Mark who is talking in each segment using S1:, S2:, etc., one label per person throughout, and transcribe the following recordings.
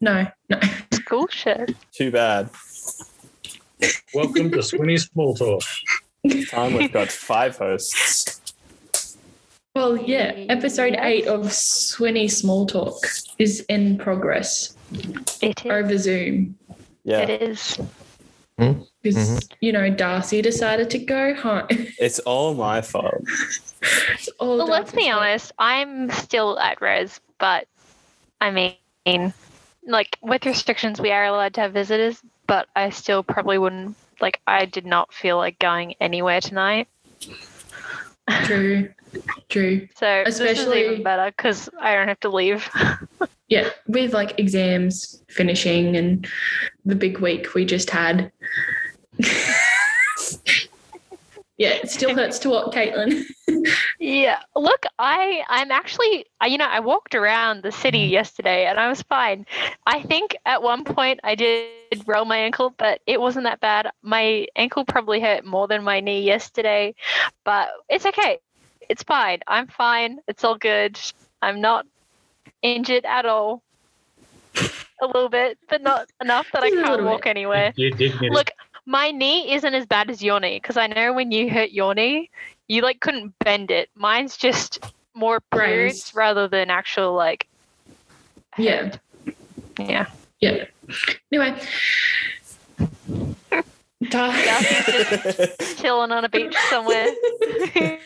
S1: No, no.
S2: School shit.
S3: Too bad.
S4: Welcome to Swinny Small Talk.
S3: Time we've got five hosts.
S1: Well, yeah. Episode
S2: Yeah.
S1: eight of Swinny Small Talk is in progress
S2: It is.
S1: over Zoom
S3: Yeah,
S2: It is.
S1: because you know Darcy decided to go home.
S3: it's all my fault.
S1: It's all
S2: Well, let's
S1: Darcy's
S2: be
S1: fault.
S2: honest. I'm still at res, but I mean, like with restrictions, we are allowed to have visitors, but I still probably wouldn't. Like, I did not feel like going anywhere tonight.
S1: True, true.
S2: So this is
S1: Especially-
S2: even better because I don't have to leave.
S1: Yeah, with like exams finishing and the big week we just had. yeah, it still hurts to walk, Caitlin.
S2: yeah. Look, I I'm actually I, you know I walked around the city
S1: Mm.
S2: yesterday and I was fine. I think at one point I did roll my ankle, but it wasn't that bad. My ankle probably hurt more than my knee yesterday, but it's okay. It's fine. I'm fine. It's all good. I'm not injured at all. A little bit, but not enough that I
S1: Just a
S2: can't
S1: little
S2: walk anywhere.
S4: You did get
S2: Look, my knee isn't as bad as your knee because I know when you hurt your knee, you like couldn't bend it. Mine's just more appearance
S1: Braised.
S2: rather than actual like.
S1: Yeah.
S2: Yeah.
S1: Yeah. Anyway. Dar-
S2: Darcy's just chilling on a beach somewhere.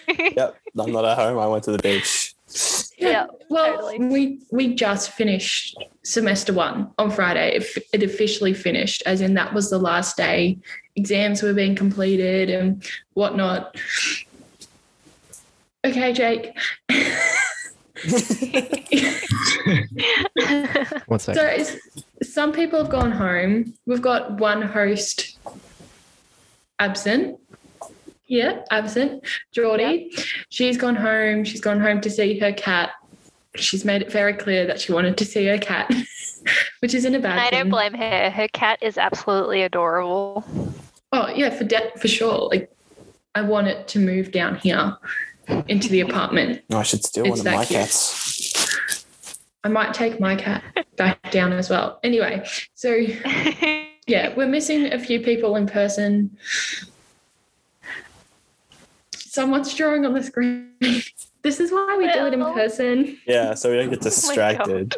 S3: yep, I'm not at home. I went to the beach.
S2: yeah.
S1: Well,
S2: totally.
S1: we we just finished semester one on Friday. It, f- it officially finished, as in that was the last day. Exams were being completed and whatnot. Okay, Jake.
S2: yeah.
S5: One second.
S1: So it's, some people have gone home. We've got one host absent. Yeah, absent. Geordie. She's gone home. She's gone home to see her cat. She's made it very clear that she wanted to see her cat, which isn't a bad
S2: I
S1: thing.
S2: don't blame her. Her cat is absolutely adorable.
S1: Oh yeah, for de- for sure. Like I want it to move down here into the apartment.
S3: No, I should steal
S1: It's
S3: one of
S1: that
S3: my
S1: cute.
S3: cats.
S1: I might take my cat back down as well. Anyway, so yeah, we're missing a few people in person. Someone's drawing on the screen. This is why we do it in
S2: Well.
S1: person.
S3: Yeah, so we don't
S2: Oh
S3: get distracted.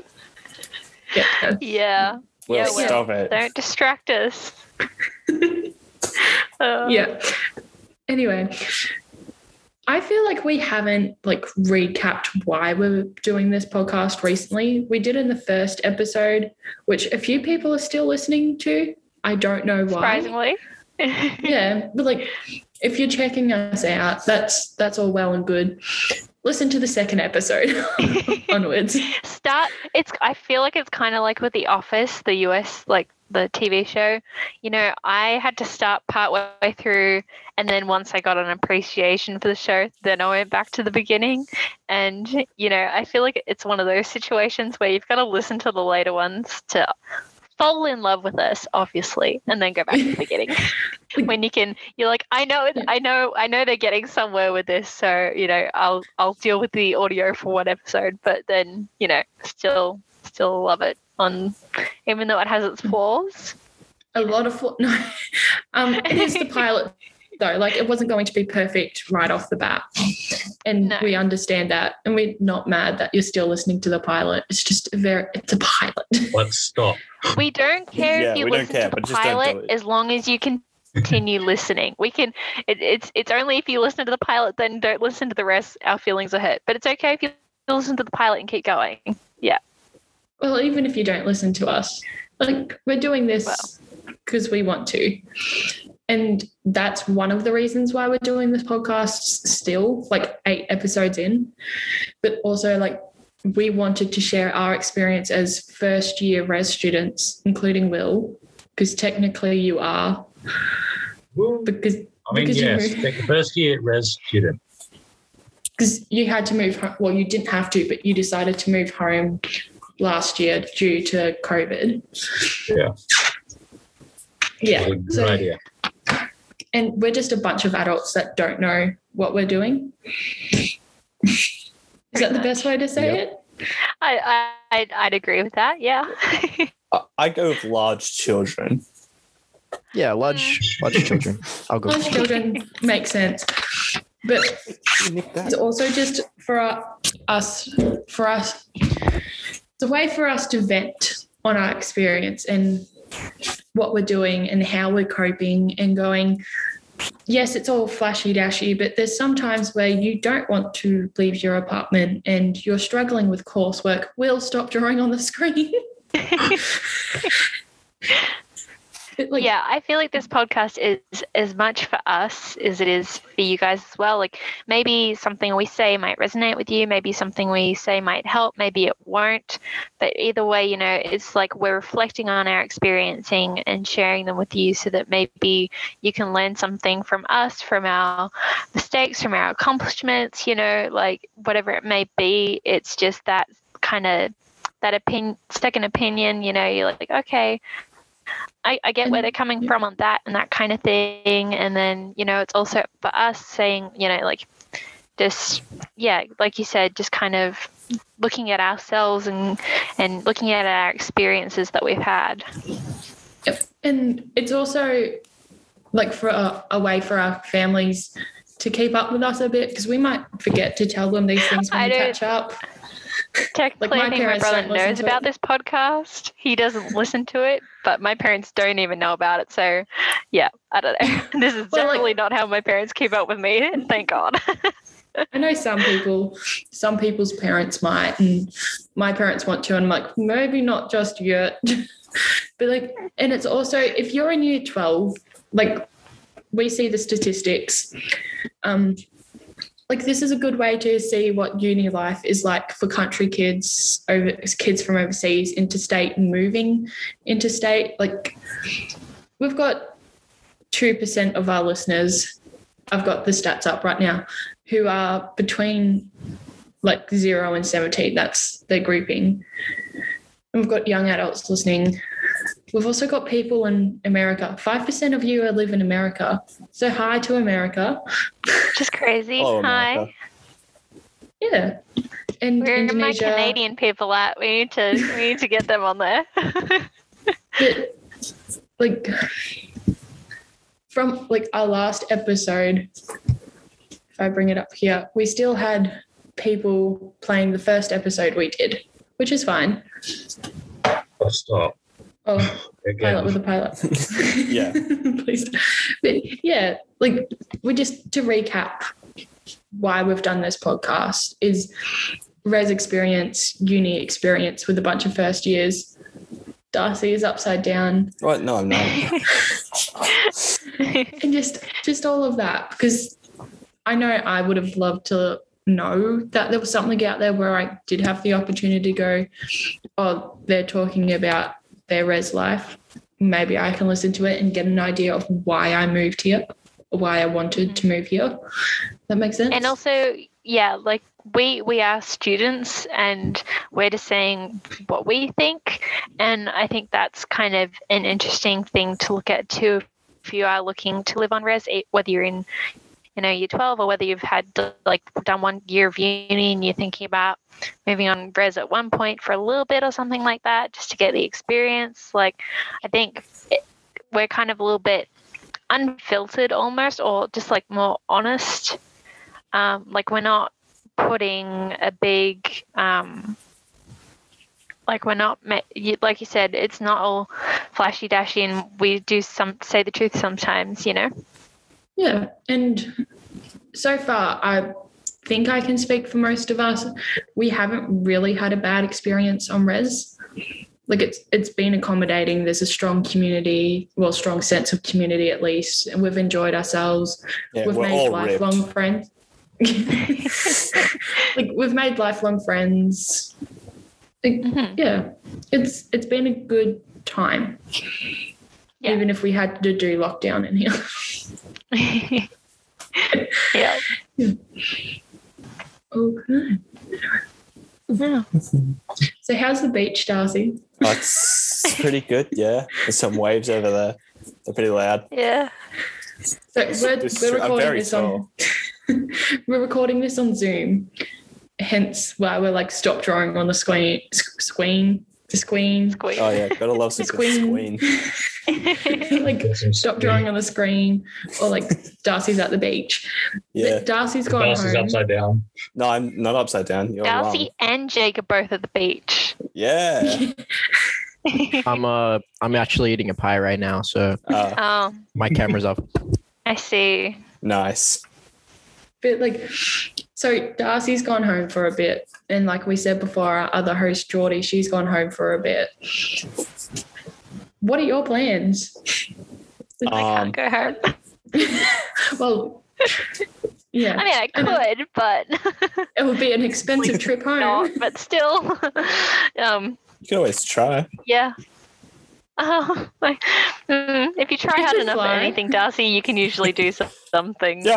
S1: Yeah.
S2: yeah.
S3: well,
S2: Yeah, well,
S3: stop it.
S2: Don't distract us. Uh,
S1: yeah. Anyway, I feel like we haven't like recapped why we're doing this podcast recently. We did in the first episode, which a few people are still listening to. I don't know why.
S2: Surprisingly.
S1: Yeah, but like if you're checking us out, that's that's all well and good. Listen to the second episode onwards.
S2: start it's i feel like it's kind of like with the office the us like the tv show you know i had to start part way through and then once i got an appreciation for the show then i went back to the beginning and you know i feel like it's one of those situations where you've got to listen to the later ones to fall in love with us obviously and then go back to the beginning when you can you're like i know it i know i know they're getting somewhere with this so you know i'll i'll deal with the audio for one episode but then you know still still love it on even though it has its flaws
S1: A lot of fl- no. Um, it is the pilot though. Like it wasn't going to be perfect right off the bat, and
S2: No.
S1: we understand that, and we're not mad that you're still listening to the pilot. It's just a very, it's a pilot.
S4: Let's stop.
S2: we don't care
S3: Yeah,
S2: if you
S3: we don't
S2: listen
S3: care,
S2: to the
S3: but just don't do
S2: pilot
S3: it.
S2: as long as you can continue listening we can it, it's it's only if you listen to the pilot then don't listen to the rest our feelings are hurt but it's okay if you listen to the pilot and keep going
S1: well, even if you don't listen to us, like we're doing this because we want to, and that's one of the reasons why we're doing this podcast still, like eight episodes in, but also like. We wanted to share our experience as first year res students, including Will, because technically you are
S4: Well,
S1: because
S4: I mean,
S1: because you
S4: yes,
S1: were-
S4: take the first year at res student.
S1: because you had to move home. Well, you didn't have to, but you decided to move home last year due to COVID.
S4: Yeah.
S1: Yeah.
S4: Good
S1: So,
S4: idea.
S1: and we're just a bunch of adults that don't know what we're doing. Is that the best way to say it?
S2: i i i'd, I'd agree with that yeah
S3: I- I go with large children.
S5: Yeah, large
S2: Mm.
S5: large children. I'll go.
S1: Large children makes sense. But it's also just for our, us, for us, it's a way for us to vent on our experience and what we're doing and how we're coping and going. Yes, it's all flashy dashy, but there's sometimes where you don't want to leave your apartment and you're struggling with coursework. Will stop drawing on the screen. It, like,
S2: yeah, I feel like this podcast is as much for us as it is for you guys as well. Like maybe something we say might resonate with you, maybe something we say might help, maybe it won't. But either way, you know, it's like we're reflecting on our experiencing and sharing them with you so that maybe you can learn something from us, from our mistakes, from our accomplishments, you know, like whatever it may be. It's just that kind of that opinion second opinion, you know, you're like, okay, I, I get where
S1: And-
S2: they're coming
S1: Mm-hmm. yeah.
S2: from on that and that kind of thing. And then, you know, it's also for us saying, you know, like just yeah, like you said, just kind of looking at ourselves and and looking at our experiences that we've had.
S1: And it's also like for a, a way for our families to keep up with us a bit because we might forget to tell them these things when
S2: I
S1: we
S2: don't-
S1: catch up.
S2: Technically
S1: my
S2: I think my
S1: parents
S2: brother
S1: don't listen
S2: knows
S1: to
S2: about
S1: it.
S2: this podcast. He doesn't listen to it, but my parents don't even know about it. So yeah, I don't know. this is
S1: Well, like-
S2: definitely not how my parents keep up with me, and thank God.
S1: I know some people, some people's parents might, and my parents want to, and I'm like, maybe not just yet. but like, and it's also if you're in year 12, like we see the statistics. Um, like this is a good way to see what uni life is like for country kids over kids from overseas, interstate and moving interstate. Like we've got two percent of our listeners. I've got the stats up right now who are between like zero and 17. That's their grouping. And we've got young adults listening. We've also got people in America. 5% of you live in America. So hi to America.
S2: Just crazy.
S3: Hello,
S2: Hi.
S3: America.
S1: Yeah. And
S2: Where are my
S1: Indonesia.
S2: Canadian people at? We need to we need to get them on there.
S1: But, like from like our last episode if i bring it up here we still had people playing the first episode we did which is fine
S4: Oh, stop.
S1: oh pilot with
S4: Again.
S1: a pilot.
S3: Yeah.
S1: Please. But yeah, like we just to recap why we've done this podcast is Res experience, uni experience with a bunch of first years. Darcy is upside down
S3: What? No, I'm not.
S1: and just just all of that because I know I would have loved to know that there was something out there where I did have the opportunity to go, oh, they're talking about their res life. Maybe I can listen to it and get an idea of why I moved here, why I wanted to move here. That makes sense.
S2: and also, yeah, like we we are students and we're just saying what we think. And I think that's kind of an interesting thing to look at too if you are looking to live on res, eh, whether you're in you know year 12 or whether you've had like done one year of uni and you're thinking about moving on res at one point for a little bit or something like that just to get the experience like i think it, we're kind of a little bit unfiltered almost or just like more honest um, like we're not putting a big um, like we're not ma- you- like you said it's not all flashy dashy and we do some say the truth sometimes you know
S1: Yeah. And so far, I think I can speak for most of us. We haven't really had a bad experience on res. Like it's it's been accommodating. There's a strong community, well, strong sense of community at least. And we've enjoyed ourselves.
S3: Yeah,
S1: we've
S3: we're
S1: made
S3: all ripped.
S1: lifelong friends. like we've made lifelong friends. Like,
S3: Mm-hmm.
S2: Mhm.
S1: yeah. It's it's been a good time.
S2: Yeah.
S1: Even if we had to do lockdown in here.
S2: yeah
S1: Okay. So how's the beach, Darcy?
S3: That's pretty good. Yeah, there's some waves over there. They're pretty loud.
S2: yeah
S1: So
S3: It's-
S1: we're,
S3: it's-
S1: we're
S3: I'm
S1: recording
S3: very
S1: this on we're recording this on Zoom, hence why we're like stop drawing on the screen sc- screen The squeen.
S2: Squeak.
S3: Oh yeah, gotta love some good
S1: Squeen.
S3: squeen.
S1: like
S4: Get some
S1: stop
S4: squeak.
S1: drawing on the screen or like Darcy's at the beach.
S3: Yeah.
S1: But Darcy's gone
S4: Glass is
S1: home.
S4: upside down.
S3: No, I'm not upside down. You're
S2: Darcy
S3: wrong.
S2: and Jake are both at the beach.
S3: Yeah.
S5: I'm uh I'm actually eating a pie right now, so
S3: Uh,
S2: oh,
S5: my camera's off.
S2: I see.
S3: nice.
S1: But like, so Darcy's gone home for a bit. And like we said before, our other host, Geordie, she's gone home for a bit. What are your plans?
S2: I
S3: Um,
S2: can't go home.
S1: well, yeah,
S2: I mean, I could, but
S1: it would be an expensive trip home.
S2: not. But still, um,
S3: You can always try.
S2: yeah. Oh, like, mm, if you try
S1: You
S2: hard
S1: can
S2: enough
S1: fly.
S2: at anything, Darcy, you can usually do some, something.
S3: Yeah.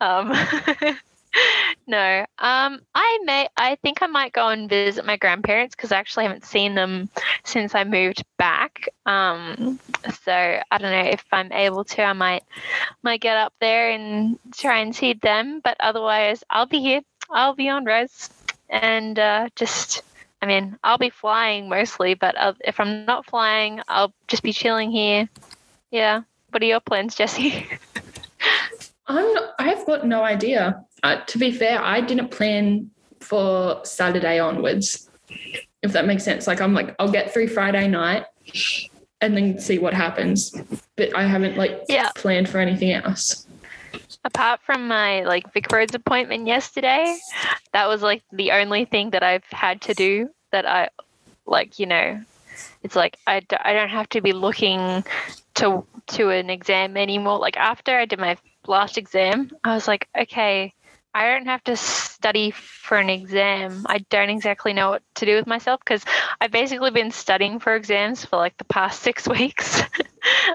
S2: But um, no, um, I may. I think I might go and visit my grandparents because I actually haven't seen them since I moved back. Um, so I don't know if I'm able to. I might might get up there and try and see them. But otherwise, I'll be here. I'll be on res and uh, just. I mean, I'll be flying mostly, but uh, if I'm not flying, I'll just be chilling here. Yeah. What are your plans, Jesse?
S1: I'm not, I've got no idea. Uh, to be fair, I didn't plan for Saturday onwards, if that makes sense. Like, I'm like, I'll get through Friday night and then see what happens. But I haven't like
S2: Yeah.
S1: planned for anything else.
S2: Apart from my like Vic Roads appointment yesterday, that was like the only thing that I've had to do that I like, you know, it's like I, d- I don't have to be looking to to an exam anymore. Like after I did my last exam, I was like, okay, I don't have to study for an exam. I don't exactly know what to do with myself because I've basically been studying for exams for like the past six weeks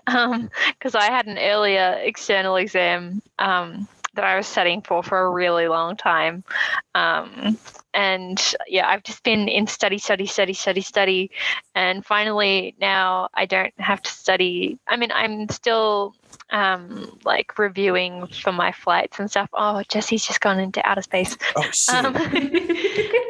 S2: Um, because I had an earlier external exam um, that I was studying for for a really long time. Um, and yeah, I've just been in study, study, study, study, study and finally now i don't have to study i mean i'm still um like reviewing for my flights and stuff oh jesse's just gone into outer space
S3: Oh shit.
S2: um,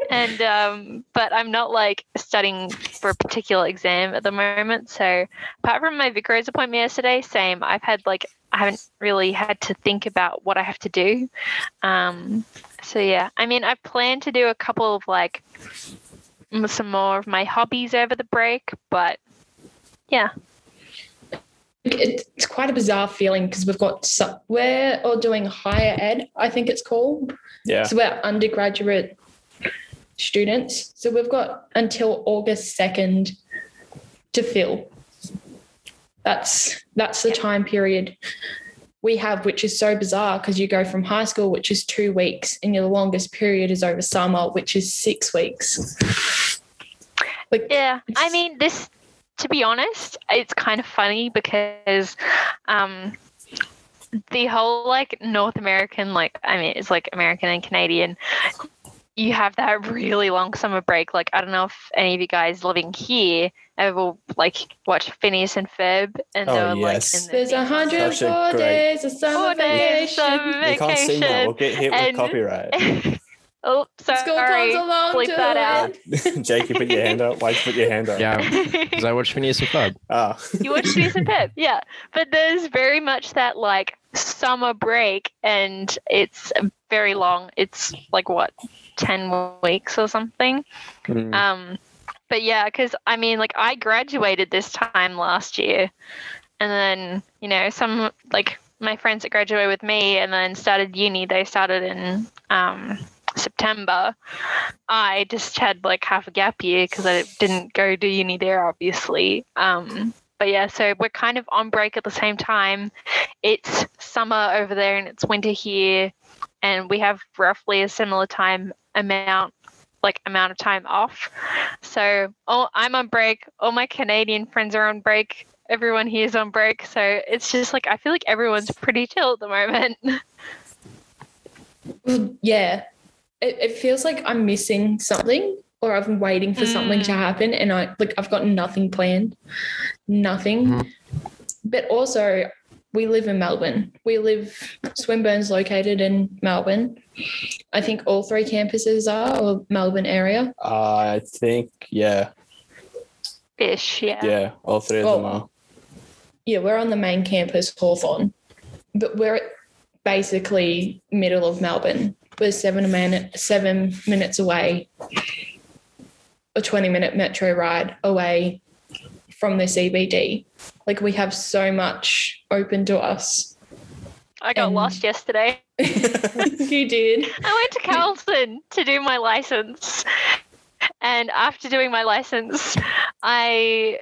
S2: and um but i'm not like studying for a particular exam at the moment so apart from my vicarage appointment yesterday same i've had like i haven't really had to think about what i have to do um so yeah i mean i plan to do a couple of like m- some more of my hobbies over the break but
S1: It, it's quite a bizarre feeling because we've got, su- we're all doing higher ed, I think it's called.
S3: yeah.
S1: So we're undergraduate students. So we've got until August 2nd to fill. That's that's the time period we have, which is so bizarre because you go from high school, which is two weeks, and your longest period is over summer, which is six weeks. Like
S2: Yeah, I
S1: It's-
S2: mean this. To be honest, it's kind of funny because um, the whole like North American, like I mean, it's like American and Canadian. You have that really long summer break. Like I don't know if any of you guys living here ever like watch Phineas and Ferb, and they
S3: Oh,
S2: were
S3: yes.
S2: like in the
S1: there's a hundred and
S3: Such a
S1: four
S3: great-
S1: days of
S2: four
S1: summer vacation.
S2: days summer
S3: You can't sing that. We'll
S2: vacation.
S3: get hit
S2: and-
S3: with copyright.
S2: oh,
S1: School comes
S2: sorry.
S1: along
S2: bleep
S1: to
S2: that
S1: it.
S2: out.
S3: Jake, you put your hand up. Why'd you put your hand up?
S5: Yeah, because I watched Phineas and Ferb.
S3: Ah.
S2: you watch Phineas and Ferb, yeah. But there's very much that like summer break, and it's very long. It's like what, ten weeks or something.
S3: Mm.
S2: Um, but yeah, because I mean, like I graduated this time last year, and then you know some like my friends that graduated with me, and then started uni. They started in um, September. I just had like half a gap year because I didn't go to uni there, obviously. Um, but yeah, so we're kind of on break at the same time. It's summer over there and it's winter here, and we have roughly a similar time amount, like amount of time off. So oh, I'm on break. All my Canadian friends are on break. Everyone here's on break. So it's just like I feel like everyone's pretty chill at the moment.
S1: Well, yeah, it, it feels like I'm missing something or I've been waiting for something
S2: Mm.
S1: to happen and I like I've got nothing planned, nothing.
S5: Mhm.
S1: But also, we live in Melbourne. We live Swinburne's located in Melbourne. I think all three campuses are or Melbourne area.
S3: I think yeah.
S2: ish. Yeah.
S3: Yeah, all three of them
S1: Oh.
S3: are.
S1: yeah, we're on the main campus, Hawthorn, but we're basically middle of Melbourne. We're seven minute, seven minutes away, a twenty minute metro ride away from the CBD. Like we have so much open to us.
S2: I got
S1: And-
S2: lost yesterday.
S1: you did.
S2: I went to Carlton to do my license. And after doing my license, I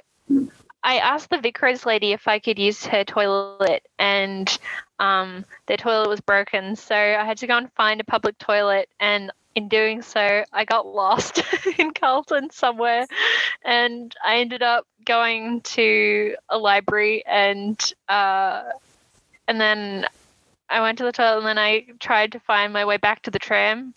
S2: I asked the Vicarage lady if I could use her toilet and um, their toilet was broken. So I had to go and find a public toilet and in doing so, I got lost in Carlton somewhere and I ended up going to a library and uh, and then I went to the toilet and then I tried to find my way back to the tram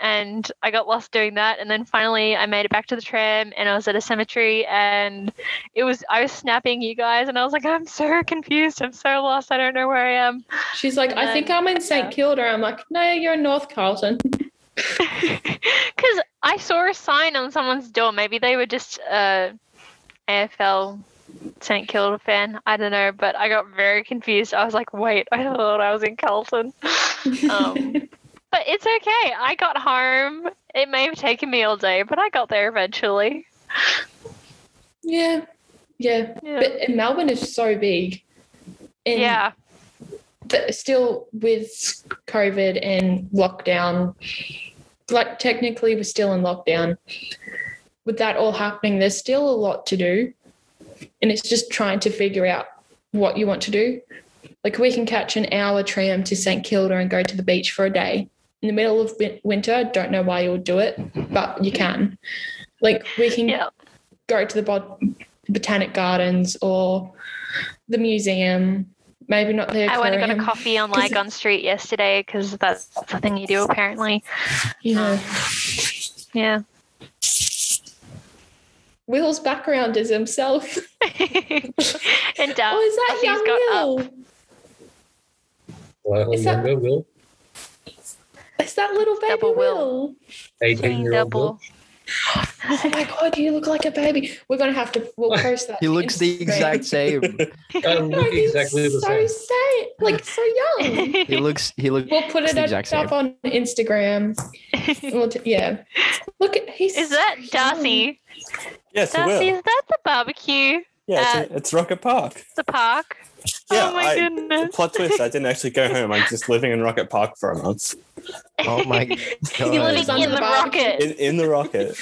S2: and I got lost doing that and then finally I made it back to the tram and I was at a cemetery and it was I was snapping you guys and I was like I'm so confused I'm so lost I don't know where I am
S1: She's like, I think I'm in St Kilda. I'm like, no, you're in North Carlton.
S2: because I saw a sign on someone's door maybe they were just uh AFL St Kilda fan I don't know but I got very confused I was like wait I thought I was in Carlton um But it's okay. I got home. It may have taken me all day, but I got there eventually.
S1: yeah, yeah.
S2: Yeah.
S1: But and Melbourne is so big. And
S2: yeah.
S1: th- still with COVID and lockdown, like technically we're still in lockdown. With that all happening, there's still a lot to do. And it's just trying to figure out what you want to do. Like we can catch an hour tram to St Kilda and go to the beach for a day in the middle of win- winter. Don't know why you would do it, but you can. Like we can
S2: Yeah.
S1: go to the bot- botanic gardens or the museum. Maybe not the.
S2: I went and got a
S1: aquarium.
S2: coffee on
S1: 'Cause-
S2: Lygon Street yesterday because that's the thing you do apparently.
S1: you know,
S2: Yeah.
S1: Will's background is himself.
S2: and
S1: oh,
S2: Dad,
S1: is that
S2: he's
S1: young
S2: got
S1: Will?
S4: Little
S1: Is that-
S4: younger Will,
S1: Is that little baby
S2: Double
S1: Will?
S2: Will.
S4: 18
S2: teen
S4: year old Will.
S2: double.
S1: Oh my god, you look like a baby. We're gonna have to. We'll post that.
S5: He
S1: to
S5: looks the
S1: Instagram.
S5: exact same.
S4: I
S1: No,
S4: Uh, look
S1: he's
S4: exactly the
S1: so
S4: same.
S1: same. Like so young.
S5: He looks. He looks.
S1: We'll put
S5: It's
S1: it
S5: the
S1: up
S5: exact same.
S1: on Instagram. We'll t- yeah. Look at he's.
S2: is that Darcy?
S3: Yes, it
S2: Darcy,
S3: will.
S2: is that the barbecue?
S3: Yeah,
S2: uh,
S3: it's, it's Rocket Park.
S2: The park?
S3: Yeah,
S2: oh my
S3: I-
S2: goodness.
S3: Plot twist: I didn't actually go home. I'm just living in Rocket Park for a month
S5: Oh my
S1: He lives
S5: god.
S1: on
S2: in the
S1: the bar.
S2: rocket.
S3: in, in the rocket.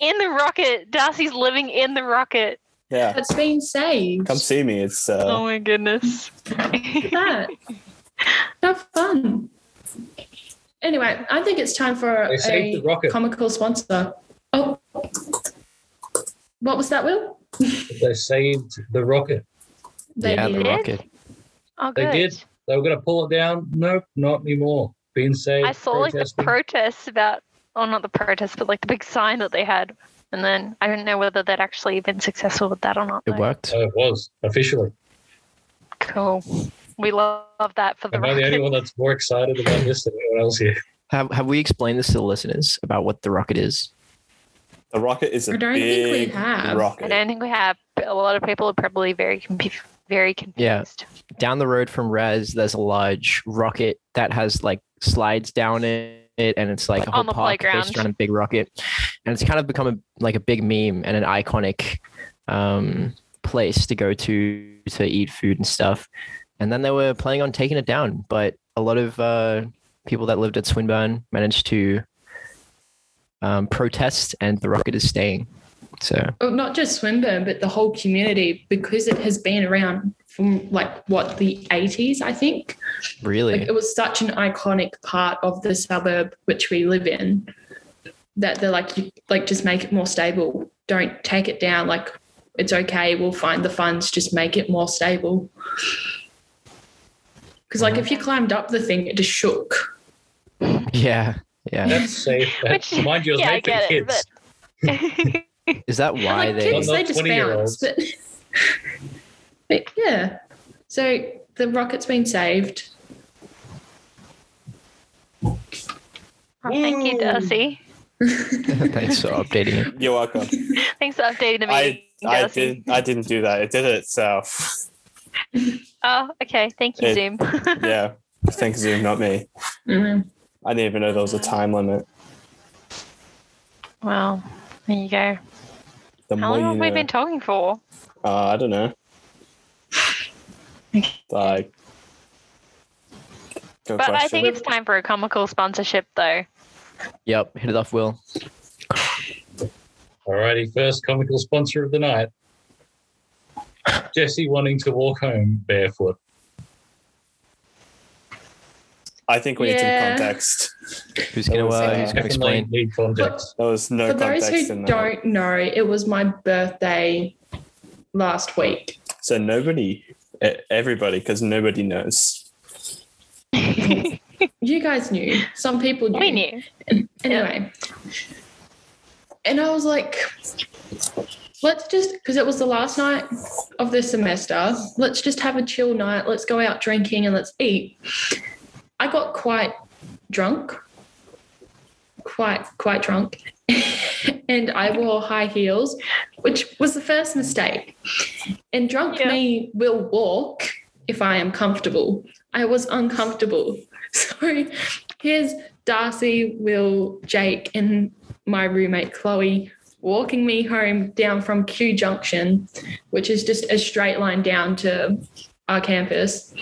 S2: In the rocket. Darcy's living in the rocket.
S3: Yeah,
S1: That's been saved.
S3: come see me. It's
S2: Oh
S3: uh,
S2: my goodness.
S1: that. Have fun. Anyway, I think it's time for
S4: They saved the
S1: a
S4: rocket.
S1: comical sponsor. Oh, what was that, Will?
S4: They saved the rocket.
S1: They
S5: Yeah, the
S1: did.
S5: rocket.
S2: Oh,
S4: They
S2: good.
S4: did. They were going to pull it down. Nope, not anymore. Been saved.
S2: I saw like the
S4: protesting.
S2: protests about, oh, not the protests, but like the big sign that they had. And then I don't know whether they'd actually been successful with that or not.
S5: It
S2: though.
S5: worked.
S4: So Oh, it was officially.
S2: Cool. We love, that for the
S4: Am I the only
S2: rocket.
S4: one that's more excited about this than anyone else here?
S5: Have Have we explained this to the listeners about what the rocket is?
S3: the rocket is a
S1: I don't think we
S3: big
S1: have.
S2: I
S3: rocket.
S2: don't think we have. but A lot of people are probably very, confu- very confused.
S5: Down the road from Res, there's a large rocket that has like slides down it, and it's like a whole
S2: On the
S5: park based
S2: playground.
S5: around a big rocket, and it's kind of become a, like a big meme and an iconic um, place to go to to eat food and stuff. And then they were planning on taking it down, but a lot of uh, people that lived at Swinburne managed to um, protest, and the rocket is staying. So
S1: Oh, not just Swinburne, but the whole community because it has been around from like what the 80s, I think.
S5: really,
S1: Like it was such an iconic part of the suburb which we live in that they're like, you, like just make it more stable. Don't take it down. Like it's okay. We'll find the funds. Just make it more stable. Because
S5: Mm-hmm.
S1: like if you climbed up the thing, it just shook.
S5: yeah, yeah.
S4: That's safe. That's,
S2: Which-
S4: mind you, it's
S2: yeah, I
S4: made
S2: get
S4: for
S2: it,
S4: kids.
S5: Is that why
S1: like
S5: they?
S1: kids, they
S4: Not
S1: just
S4: 20-year-olds.
S1: bounce. But, but yeah, so the rocket's been saved.
S2: Oh, thank you,
S4: Woo.
S2: Darcy.
S5: Thanks for updating it.
S3: You're welcome.
S2: Thanks for updating me.
S3: I, I
S2: Jealousy.
S3: didn't I didn't do that. It did it itself.
S2: Oh, okay. Thank you,
S3: It-
S2: Zoom.
S3: yeah. Thank Zoom, not me.
S1: Mm.
S3: I didn't even know there was a time limit.
S2: well, there you go.
S3: The
S2: How
S3: more
S2: long
S3: you
S2: have we
S3: know.
S2: been talking for?
S3: uh, I don't know. Like. Good
S2: But I
S3: question.
S2: think it's time for a comical sponsorship, though.
S5: Yep, hit it off, Will.
S4: Alrighty, first comical sponsor of the night. Jesse wanting to walk home barefoot.
S3: I think we need
S1: Yeah.
S3: some context.
S5: Who's gonna
S3: was,
S5: uh,
S3: uh,
S5: who's gonna
S4: Definitely
S5: explain?
S4: need context.
S3: There was no
S1: For those
S3: context in
S1: who
S3: that.
S1: don't know, it was my birthday last week.
S3: So nobody, e- everybody, because nobody knows.
S2: we
S1: You guys knew. Some people knew.
S2: knew.
S1: Anyway. And I was like, let's just, because it was the last night of the semester, let's just have a chill night. Let's go out drinking and let's eat. I got quite drunk, quite, quite drunk. and I wore high heels, which was the first mistake. And drunk
S2: Yeah.
S1: me will walk if I am comfortable. I was uncomfortable. So here's Darcy, Will, Jake, and my roommate Chloe walking me home down from Q Junction, which is just a straight line down to our campus.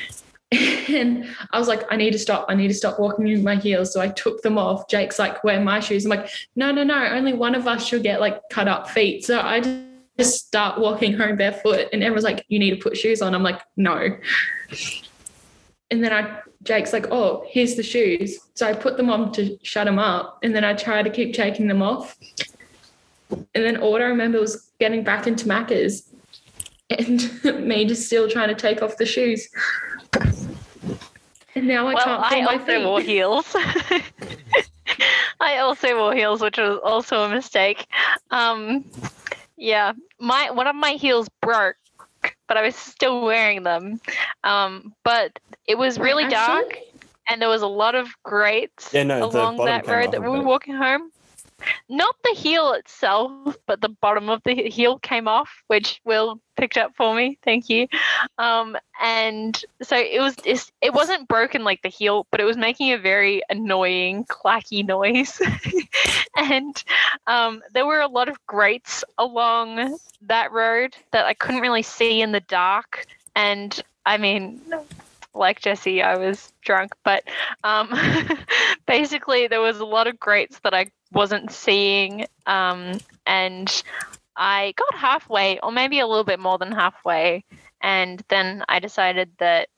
S1: And I was like, I need to stop. I need to stop walking in my heels. So I took them off. Jake's like, wear my shoes. I'm like, no, no, no. Only one of us should get like cut up feet. So I just start walking home barefoot. And everyone's like, you need to put shoes on. I'm like, no. And then I Jake's like, oh, here's the shoes. So I put them on to shut him up. And then I tried to keep taking them off. And then all I remember was getting back into Macca's and me just still trying to take off the shoes. And now I
S2: well,
S1: can't
S2: I
S1: feel my
S2: also wore
S1: feet.
S2: heels. I also wore heels, which was also a mistake. Um, yeah, my one of my heels broke, but I was still wearing them. Um, but it was really
S1: Actually,
S2: dark, and there was a lot of grates
S3: Yeah, no, the
S2: along
S3: bottom
S2: that
S3: came
S2: road
S3: off
S2: that
S3: of
S2: we were
S3: it.
S2: walking home. Not the heel itself, but the bottom of the he- heel came off, which Will picked up for me. Thank you. Um, and so it was. It's, it wasn't broken like the heel, but it was making a very annoying clacky noise. and um, there were a lot of grates along that road that I couldn't really see in the dark. And I mean, like Jesse, I was drunk, but um, basically there was a lot of grates that I wasn't seeing, um, and I got halfway, or maybe a little bit more than halfway, and then I decided that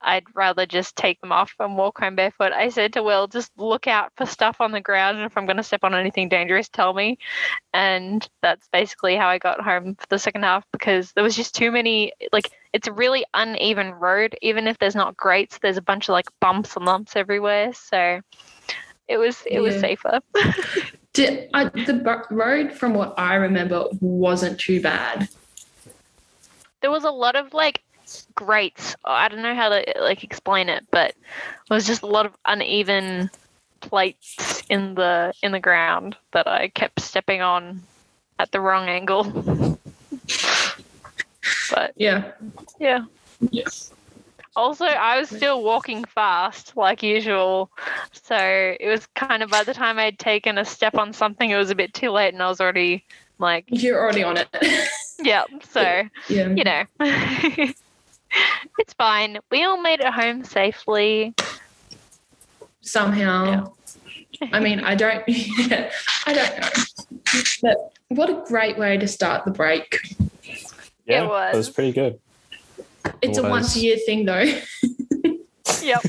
S2: I'd rather just take them off and walk home barefoot. I said to Will, just look out for stuff on the ground, and if I'm going to step on anything dangerous, tell me. And that's basically how I got home for the second half because there was just too many, like, it's a really uneven road. Even if there's not grates, there's a bunch of like bumps and lumps everywhere. So it was it was
S1: Yeah.
S2: safer.
S1: Di- I, the bu- road, from what I remember, wasn't too bad.
S2: There was a lot of like grates. I don't know how to like explain it, but it was just a lot of uneven plates in the in the ground that I kept stepping on at the wrong angle. but
S1: Yeah.
S2: yeah. Also, I was still walking fast, like usual. So it was kind of by the time I'd taken a step on something, it was a bit too late, and I was already like,
S1: You're already on it.
S2: yeah. So,
S1: yeah.
S2: you know, it's fine. We all made it home safely.
S1: somehow. I mean, I don't, yeah, I don't know. But what a great way to start the break.
S3: Yeah,
S2: It
S3: It was
S2: was.
S3: pretty good.
S1: It's a
S5: Was.
S1: once a year thing, though.
S2: Yep.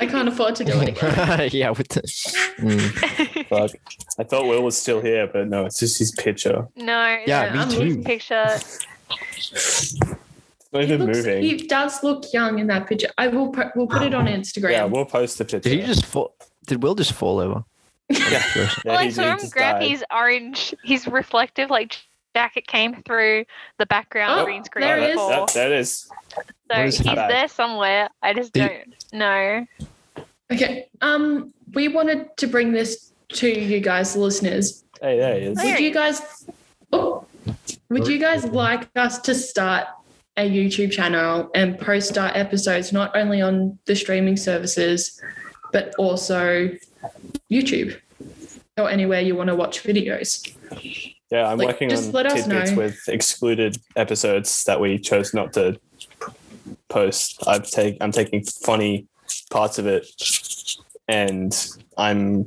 S1: I can't afford to do it.
S5: yeah, with the, Mm.
S3: Fuck. I thought Will was still here, but no, it's just his picture.
S2: No,
S5: Yeah,
S2: no,
S5: me
S2: I'm
S5: too.
S3: Mm.
S2: looking Picture.
S3: It's not
S1: He,
S3: even
S1: looks-
S3: moving.
S1: he does look young in that picture. I will put, we'll put it on Instagram.
S3: yeah, we'll post the picture.
S5: did he just fall? Did Will just fall over?
S3: Yeah. Yeah,
S2: well, I
S3: he- he
S2: saw him
S3: just
S2: grab
S3: died.
S2: his orange, his reflective like jacket came through the background
S1: Oh,
S2: green screen.
S1: there
S3: Oh, that-
S1: it is.
S2: before.
S3: that- there it is.
S2: So
S5: What
S2: he's
S5: is
S3: that?
S2: there somewhere. I just
S5: Do you-
S2: don't know.
S1: Okay. Um, we wanted to bring this to you guys, the listeners,
S3: Hey, there he is.
S2: Hey.
S1: would you guys oh, would you guys like us to start a YouTube channel and post our episodes not only on the streaming services but also YouTube or anywhere you want to watch videos?
S3: Yeah, I'm
S1: Like,
S3: working
S1: just
S3: on
S1: let us
S3: tidbits
S1: know.
S3: with excluded episodes that we chose not to post. I've take I'm taking funny parts of it, and I'm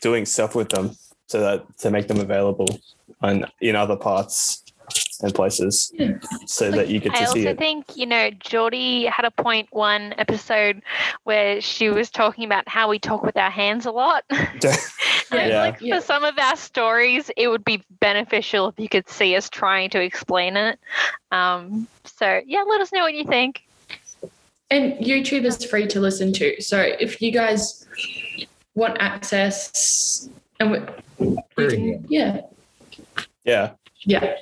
S3: doing stuff with them so that to make them available on in other parts and places,
S1: Yeah.
S3: so
S1: Like,
S3: that you get
S2: I
S3: to see
S2: also
S3: it.
S2: think, you know, Geordie had a point one episode where she was talking about how we talk with our hands a lot. And
S3: Yeah.
S2: like
S1: Yeah.
S2: for some of our stories, it would be beneficial if you could see us trying to explain it. Um, so yeah, let us know what you think.
S1: And YouTube is free to listen to. So if you guys want access and we, we
S4: Free.
S1: can, yeah,
S3: yeah,
S1: yeah.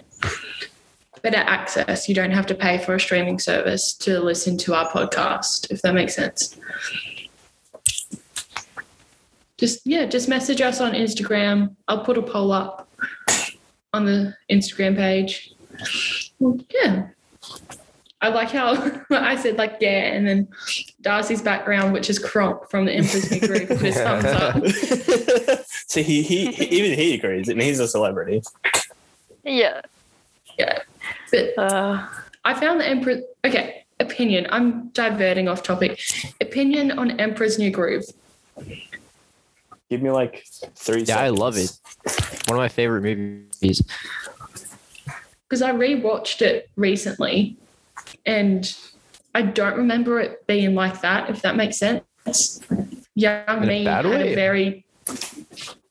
S1: Better access. You don't have to pay for a streaming service to listen to our podcast, if that makes sense. Just yeah, just message us on Instagram. I'll put a poll up on the Instagram page. Well, yeah. I like how I said like yeah, and then Darcy's background, which is Kronk from the Emperor's New Groove, put his thumbs up.
S3: See, he, he he- even he agrees, and he's a celebrity.
S2: Yeah.
S1: But
S2: Uh,
S1: I found the Emperor. Okay, opinion. I'm diverting off topic. Opinion on Emperor's New Groove.
S3: Give me like three.
S5: Yeah, I love
S3: seconds.
S5: One of my favorite movies.
S1: Because I rewatched it recently and I don't remember it being like that, if that makes sense. Young
S5: In a
S1: me
S5: bad
S1: had
S5: way?
S1: a very,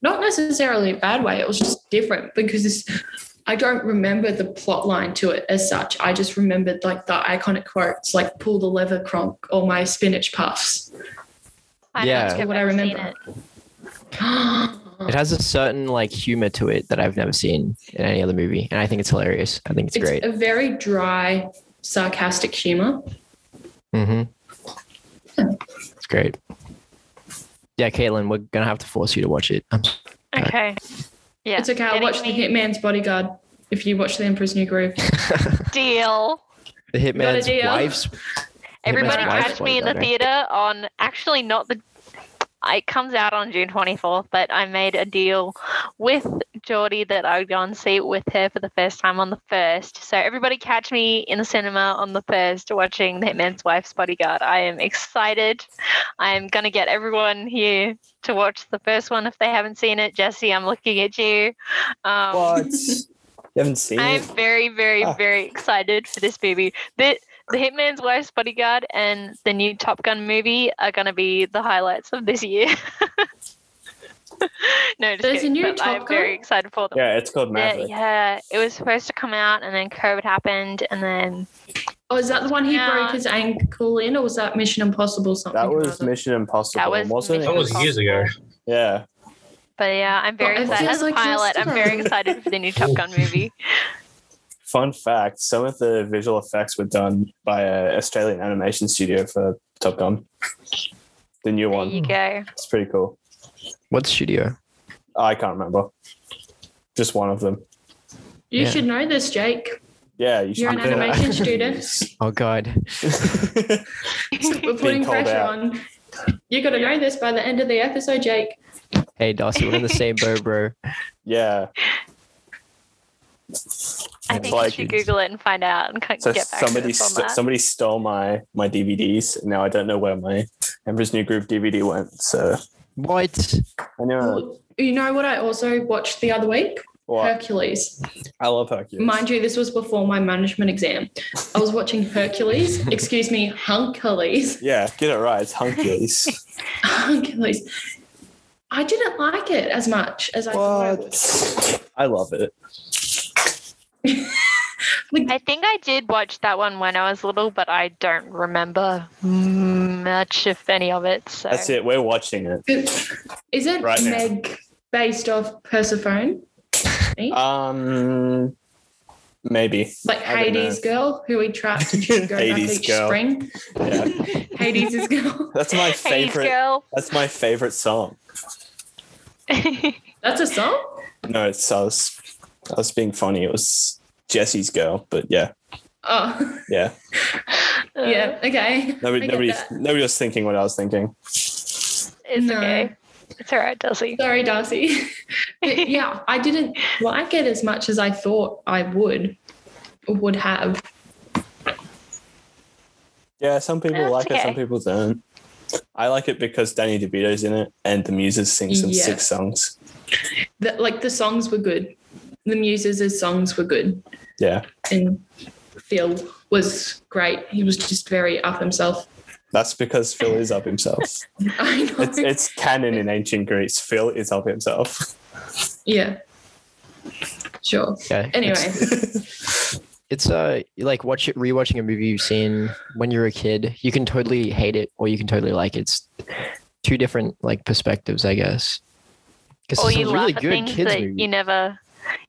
S1: not necessarily a bad way, it was just different because I don't remember the plot line to it as such. I just remembered like the iconic quotes like pull the lever cronk or my spinach puffs.
S2: I
S5: Yeah.
S2: don't think I've
S1: What I
S2: ever seen
S1: remember.
S2: it.
S5: It has a certain like humor to it that I've never seen in any other movie, and I think it's hilarious. I think it's,
S1: it's
S5: great.
S1: a very dry sarcastic humor
S5: Mm-hmm. It's great. Yeah, Caitlin, we're gonna have to force you to watch it. I'm s-
S2: Okay. Yeah.
S1: it's okay i'll
S2: getting
S1: watch the
S2: me-
S1: hitman's bodyguard if you watch the emperor's new groove
S2: Deal.
S5: the Hitman's
S1: deal.
S5: wife's.
S2: Everybody
S1: wife's
S2: catch me in the
S5: bodyguard, right?
S2: theater on actually not the it comes out on June 24th, but I made a deal with Geordie that I would go and see it with her for the first time on the 1st. So everybody catch me in the cinema on the 1st watching The Hitman's Wife's Bodyguard. I am excited. I'm going to get everyone here to watch the first one if they haven't seen it. Jesse, I'm looking at you. Um,
S3: What? you haven't seen
S2: I'm
S3: it?
S2: very, very,
S3: Ah.
S2: very excited for this movie. The, the Hitman's Wife's Bodyguard and the new Top Gun movie are going to be the highlights of this year. no,
S1: There's a
S2: just kidding,
S1: new
S2: but
S1: Top
S2: I'm
S1: Gun?
S2: very excited for them.
S3: Yeah, it's called
S2: They're-
S3: Maverick.
S2: yeah, it was supposed to come out and then COVID happened and then
S1: oh is that the one he
S2: Yeah.
S1: broke his ankle in or was that mission impossible something
S3: That
S1: or
S3: was
S1: other?
S3: Mission Impossible,
S2: that was
S3: wasn't
S2: Mission
S4: That was
S3: it?
S4: years ago.
S2: Impossible.
S3: Yeah.
S2: But yeah, I'm very
S1: Well, it
S2: excited.
S1: feels
S2: As a
S1: like
S2: pilot, I'm very
S1: yesterday.
S2: excited for the new Top Gun movie.
S3: Fun fact: some of the visual effects were done by an Australian animation studio for Top Gun. The new
S2: There
S3: one.
S2: you go.
S3: It's pretty cool.
S5: What studio?
S3: I can't remember. Just one of them.
S1: you
S5: Yeah.
S1: should know this jake
S3: Yeah, you should.
S1: you're an
S3: do that.
S1: animation student
S5: Oh God.
S1: we're putting
S3: called
S1: pressure
S3: out.
S1: on you got to know this by the end of the episode jake
S5: Hey, Darcy, we're in the same boat, bro.
S3: yeah.
S2: I
S5: It's
S2: think
S3: like-
S2: you should Google it and find out and c-
S3: So
S2: get back
S3: somebody
S2: to us on
S3: st-
S2: that.
S3: somebody stole my my DVDs. and Now I don't know where my Emperor's New Groove DVD went. So
S5: What?
S3: I know
S1: Well, you know what i also watched the other week
S3: what
S1: hercules
S3: I love Hercules.
S1: Mind you, this was before my management exam. I was watching Hercules, excuse me, Hunkules.
S3: yeah, get it right. It's Hercules.
S1: Hercules. I didn't like it as much as I thought I would.
S3: what? I love it.
S2: I think I did watch that one when I was little, but I don't remember much, if any of it. So
S3: That's it. We're watching it.
S1: But Isn't
S3: Right now.
S1: Meg based off Persephone? Eh?
S3: Um, maybe.
S1: like
S3: Uh, I don't know.
S1: Hades girl who we trapped and she could go back
S3: Hades
S1: each
S3: girl.
S1: spring.
S3: Yeah,
S1: Hades is girl.
S3: that's my
S2: Hey,
S3: favorite.
S2: girl.
S3: That's my favorite song.
S1: That's a song?
S3: No, it's I was I was being funny. It was Jesse's girl, but yeah,
S1: Oh,
S3: yeah.
S2: Uh,
S1: yeah. Okay.
S3: Nobody
S1: I get
S3: nobody
S1: that.
S3: nobody was thinking what I was thinking.
S2: It's
S1: No.
S2: okay. It's all right, Delcy.
S1: Sorry, Darcy. But yeah, I didn't like it as much as I thought I would would have.
S3: Yeah, some people
S1: Ah,
S2: That's
S3: like it, some
S2: okay.
S3: people don't. I like it because Danny DeVito's in it and the Muses sing some
S1: Yeah.
S3: sick songs.
S1: That like the songs were good. The Muses' songs were good.
S3: Yeah.
S1: And Phil was great. He was just very up himself.
S3: That's because Phil is up himself.
S1: I know.
S3: it's it's canon in ancient Greece. Phil is up himself.
S1: yeah. Sure.
S5: Yeah.
S1: Anyway,
S5: it's uh like watch rewatching a movie you've seen when you were a kid. You can totally hate it or you can totally like it. It's two different like perspectives, I guess. Because
S2: Or
S5: it's
S2: you
S5: really
S2: laugh at
S5: good
S2: things
S5: kids
S2: that
S5: movie.
S2: you never.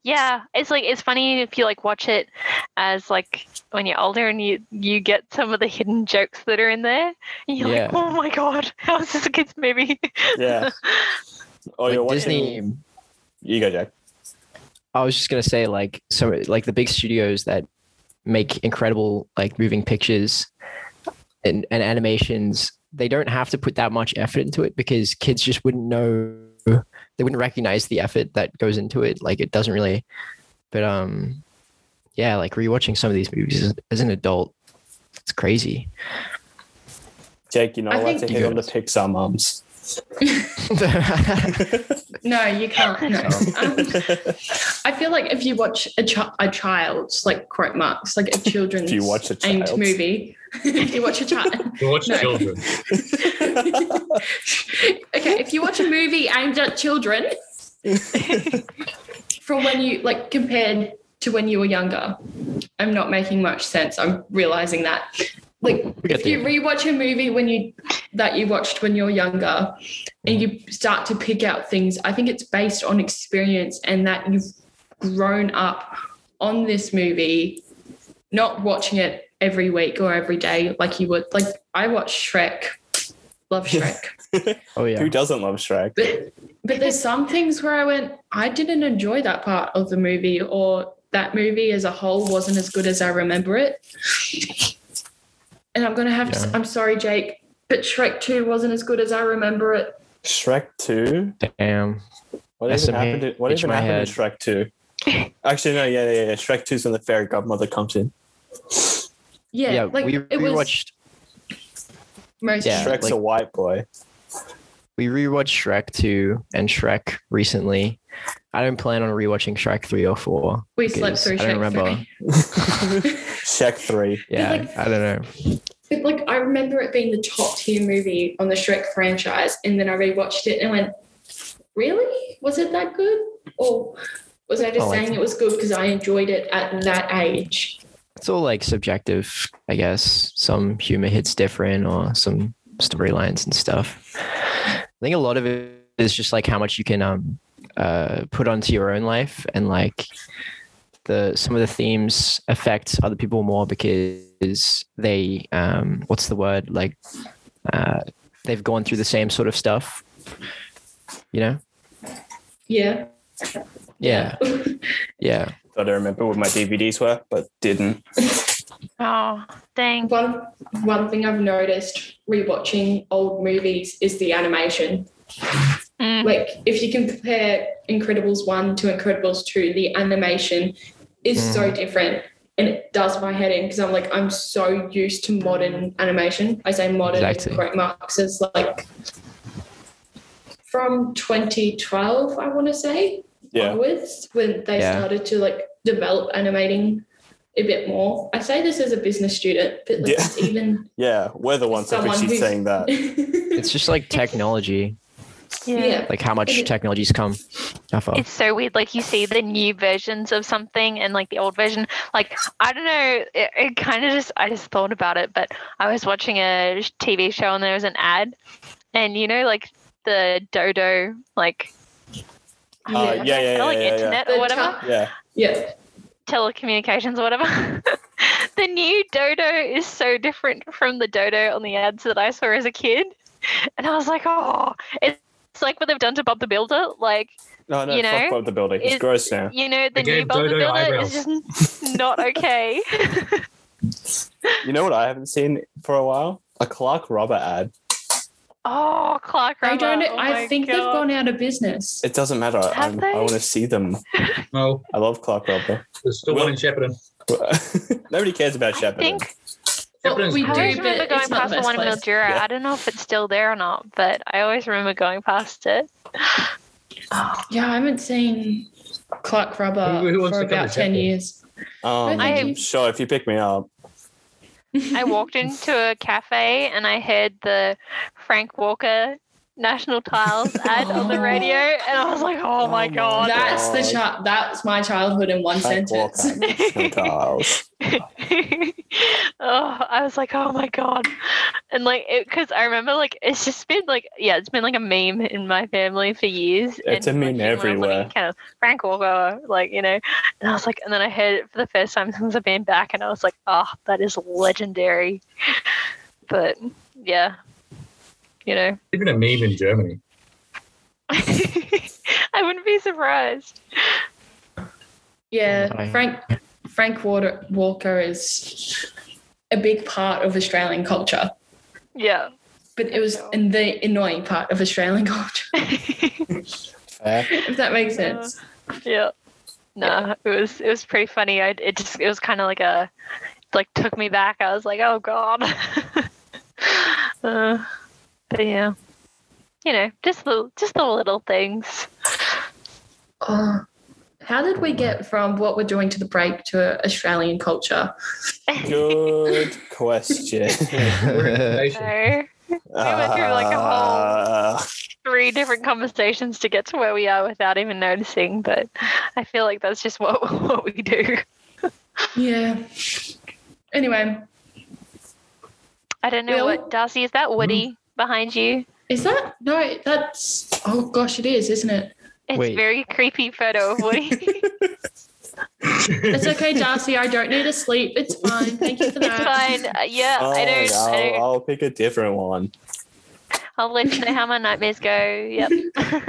S2: Yeah, it's like it's funny if you like watch it as like when you're older and you you get some of the hidden jokes that are in there. And you're
S5: Yeah.
S2: like, oh my god, how is this a kids movie?
S3: yeah. Oh,
S5: Like,
S3: you're watching.
S5: Disney.
S3: You go, Jack.
S5: I was just gonna say like some like the big studios that make incredible like moving pictures and, and animations, they don't have to put that much effort into it because kids just wouldn't know they wouldn't recognize the effort that goes into it. Like it doesn't really but um yeah, like rewatching some of these movies as, as an adult, it's crazy.
S3: Jake, you're not
S1: I
S3: allowed
S1: think-
S3: to
S5: You
S3: hit
S5: go.
S3: on the Pixar mums.
S1: no, you can't. No. Um,
S3: if
S1: I feel like if you watch a, chi- a child's like quote marks, like a children's
S3: you watch a
S1: aimed
S3: child's.
S1: movie, if you watch a child,
S4: You watch
S1: No.
S4: children.
S1: okay, if you watch a movie aimed at children, from when you like compared to when you were younger, I'm not making much sense. I'm realizing that. Like
S5: We get
S1: if you
S5: the
S1: rewatch a movie when you that you watched when you're younger and
S5: Mm-hmm.
S1: you start to pick out things i think it's based on experience and that you've grown up on this movie not watching it every week or every day like you would like i watch shrek love shrek
S5: Oh yeah.
S3: Who doesn't love Shrek?
S1: but but there's some things where i went i didn't enjoy that part of the movie or that movie as a whole wasn't as good as i remember it and i'm gonna have
S5: Yeah.
S1: to i'm sorry jake but shrek 2 wasn't as good as i remember it
S3: Shrek Two.
S5: Damn.
S3: What
S5: That's
S3: even
S5: a
S3: happened? To, what
S5: pitch
S3: even
S5: my
S3: happened
S5: head.
S3: to Shrek Two? Actually, no. Yeah, yeah, yeah. Shrek Two's when the fairy godmother comes in.
S1: yeah,
S5: Yeah,
S1: like
S5: we
S1: it was
S5: rewatched
S1: most
S5: Yeah.
S3: Shrek's
S5: like-
S3: a white boy.
S5: we rewatched Shrek 2 and Shrek recently. I don't plan on rewatching Shrek 3 or 4.
S1: we slept
S5: because
S1: through
S5: I don't
S1: shrek
S5: remember.
S1: 3.
S3: Shrek Three.
S5: Yeah,
S1: like-
S5: I don't know.
S1: But like I remember it being the top tier movie on the Shrek franchise, and then I rewatched it and went, "Really? Was it that good? Or was I just
S5: Oh, I liked
S1: saying
S5: it.
S1: it was good because I enjoyed it at that age?"
S5: It's all like subjective, I guess. Some humor hits different or some storylines and stuff. I think a lot of it is just like how much you can um uh put onto your own life and like the some of the themes affect other people more because they um what's the word like uh they've gone through the same sort of stuff. You know?
S1: Yeah.
S5: Yeah. Yeah.
S3: Thought I remember what my DVDs were, but didn't.
S2: oh, dang.
S1: One one thing I've noticed rewatching old movies is the animation.
S2: Mm.
S1: Like if you can compare Incredibles 1 to Incredibles 2, the animation is so different. And it does my head in because I'm like, I'm so used to modern animation. I say modern
S5: Exactly.
S1: in quote marks is like from 2012, I want to say,
S3: Yeah.
S1: onwards when they
S5: Yeah.
S1: started to like develop animating a bit more. I say this as a business student, but like
S3: Yeah.
S1: it's even
S3: Yeah, we're the ones
S1: Someone
S3: officially
S1: who's-
S3: saying that.
S5: It's just like technology.
S2: Yeah.
S1: yeah.
S5: like how much
S1: It-
S5: technology's come how
S3: Oh.
S5: far
S2: It's so weird. Like you see the new versions of something and like the old version. Like I don't know. It, it kind of just I just thought about it, but I was watching a sh- TV show and there was an ad, and you know like the dodo like
S3: Uh,
S1: yeah.
S3: yeah, yeah,
S2: kinda
S3: yeah,
S2: like
S3: yeah, yeah.
S2: internet or
S1: The
S2: whatever.
S1: top-
S3: Yeah.
S1: yeah.
S2: telecommunications or whatever. the new dodo is so different from the dodo on the ads that I saw as a kid. And I was like, oh, it- like what they've done to Bob the Builder. Like,
S3: No, no,
S2: You know,
S3: fuck Bob the Builder. He's
S2: it's-
S3: gross now.
S2: you know, the new
S4: gave
S2: Bob the
S4: Dodo
S2: Builder is just not okay.
S3: You know what I haven't seen for a while? A Clark Rubber ad.
S2: oh, Clark
S1: I
S2: Rubber.
S1: don't.
S2: Oh
S1: I
S2: my
S1: think they've
S2: God.
S1: gone out of business.
S3: It doesn't matter. i
S2: Have
S3: I
S2: they?
S3: want to see them.
S4: No,
S3: I love Clark Rubber.
S4: there's still
S3: Well-
S4: one in Shepparton.
S3: Nobody cares about
S2: I
S3: Shepard.
S2: think
S1: Well, we do,
S4: Shepparton's
S2: I always
S4: great.
S1: but
S2: remember going
S1: it's not
S2: past
S1: the
S2: the
S1: best
S2: one in
S1: place.
S2: Mildura.
S3: Yeah.
S2: I don't know if it's still there or not, but I always remember going past it.
S1: Yeah, I haven't seen Clark Rubber
S4: Who- who wants
S1: for
S4: to come
S1: about
S4: to
S1: ten
S4: Sheffield?
S1: years.
S3: Um,
S1: I
S3: I'm
S1: think-
S3: sure if you pick me up,
S2: I walked into a cafe and I heard the Frank Walker National Tiles ad on the
S1: Oh.
S2: radio, and I was like, "Oh my
S3: Oh my
S2: god!"
S1: That's the
S3: God.
S1: child. That's my childhood in one
S3: Frank
S1: sentence.
S3: Walker, National Tiles.
S2: oh, I was like, "Oh my god!" And like, because I remember, like, it's just been like, yeah, it's been like a meme in my family for years.
S3: It's
S2: and,
S3: a
S2: like, even
S3: meme
S2: when I was living in
S3: everywhere.
S2: Canada, Frank Walker, like you know, and I was like, and then I heard it for the first time since I've been back, and I was like, "Oh, that is legendary." But yeah, you know.
S4: Even a meme in Germany.
S2: I wouldn't be surprised.
S1: Yeah,
S5: Okay.
S1: Frank Frank Water, Walker is a big part of Australian culture,
S2: Yeah.
S1: but it was
S2: Yeah.
S1: in the annoying part of Australian culture.
S3: Fair.
S1: If that makes
S2: Yeah.
S1: sense.
S2: yeah. No, it was it was pretty funny. I it just it was kind of like a like took me back. I was like, oh god. uh, but yeah, you know, just the just the little things.
S1: Oh, how did we get from what we're doing to the break to Australian culture?
S3: Good question.
S4: We're in a nation.
S2: so went through, like, a whole-
S3: Ah.
S2: three different conversations to get to where we are without even noticing. But I feel like that's just what what we do.
S1: Yeah. Anyway,
S2: I don't know
S1: Will?
S2: what Darcy is that Woody behind you.
S1: is that no? That's oh gosh, it is, isn't it?
S2: It's
S5: Wait.
S2: very creepy photo of Woody.
S1: It's okay, Darcy. I don't need to sleep. It's fine. Thank you for
S2: it's
S1: that.
S2: fine. Uh, Yeah,
S3: Oh,
S2: I don't. I
S3: I'll,
S2: don't.
S3: I'll pick a different one.
S2: I'll let you know how my nightmares go. Yep.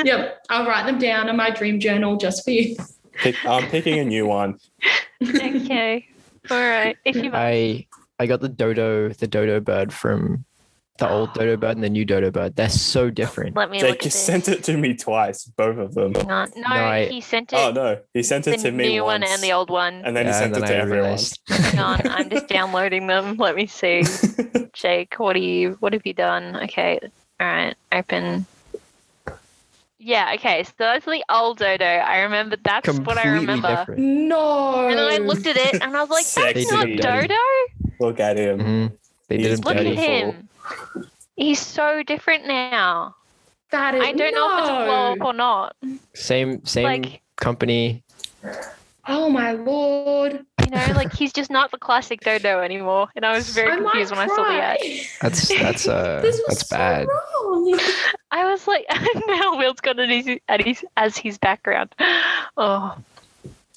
S1: Yep, I'll write them down in my dream journal just for you.
S3: Pick, I'm picking a new one.
S2: okay. All right. If you mind.
S5: I I got the dodo the dodo bird from the old dodo bird and the new dodo bird. They're so different.
S2: let me look
S3: Jake
S2: at
S3: you
S2: this.
S3: sent it to me twice, both of them.
S2: Not- no,
S5: No, I-
S2: he sent it.
S3: Oh no, he sent it
S2: the
S3: to me
S2: new
S3: once,
S2: one and the old one.
S3: and then he
S5: Yeah,
S3: sent
S5: and
S3: it
S5: then
S3: to
S5: I
S3: everyone.
S5: realized-
S2: Hang on, I'm just downloading them. Let me see. Jake, what are you? What have you done? Okay. All right. Open. Yeah. Okay. So that's the old Dodo. I remember. That's what I
S5: Completely
S2: remember.
S5: different.
S1: No.
S2: And then I looked at it and I was like, that's not
S3: Sexy.
S2: Dodo.
S3: Look at him.
S5: Mhm. They
S3: He's
S5: did him
S2: Look at
S5: dirty.
S2: him. He's so different now.
S1: That is,
S2: I don't know if it's a blow up or not.
S5: Same same
S2: Like,
S5: company.
S1: Oh my lord!
S2: you know, like he's just not the classic Dodo anymore. And I was very
S1: I might
S2: confused when I saw the ad.
S1: cry.
S5: That's that's uh
S1: This was
S5: that's
S1: so
S5: bad.
S1: wrong.
S2: I was like, now Will's got it as, at his, as his background. Oh,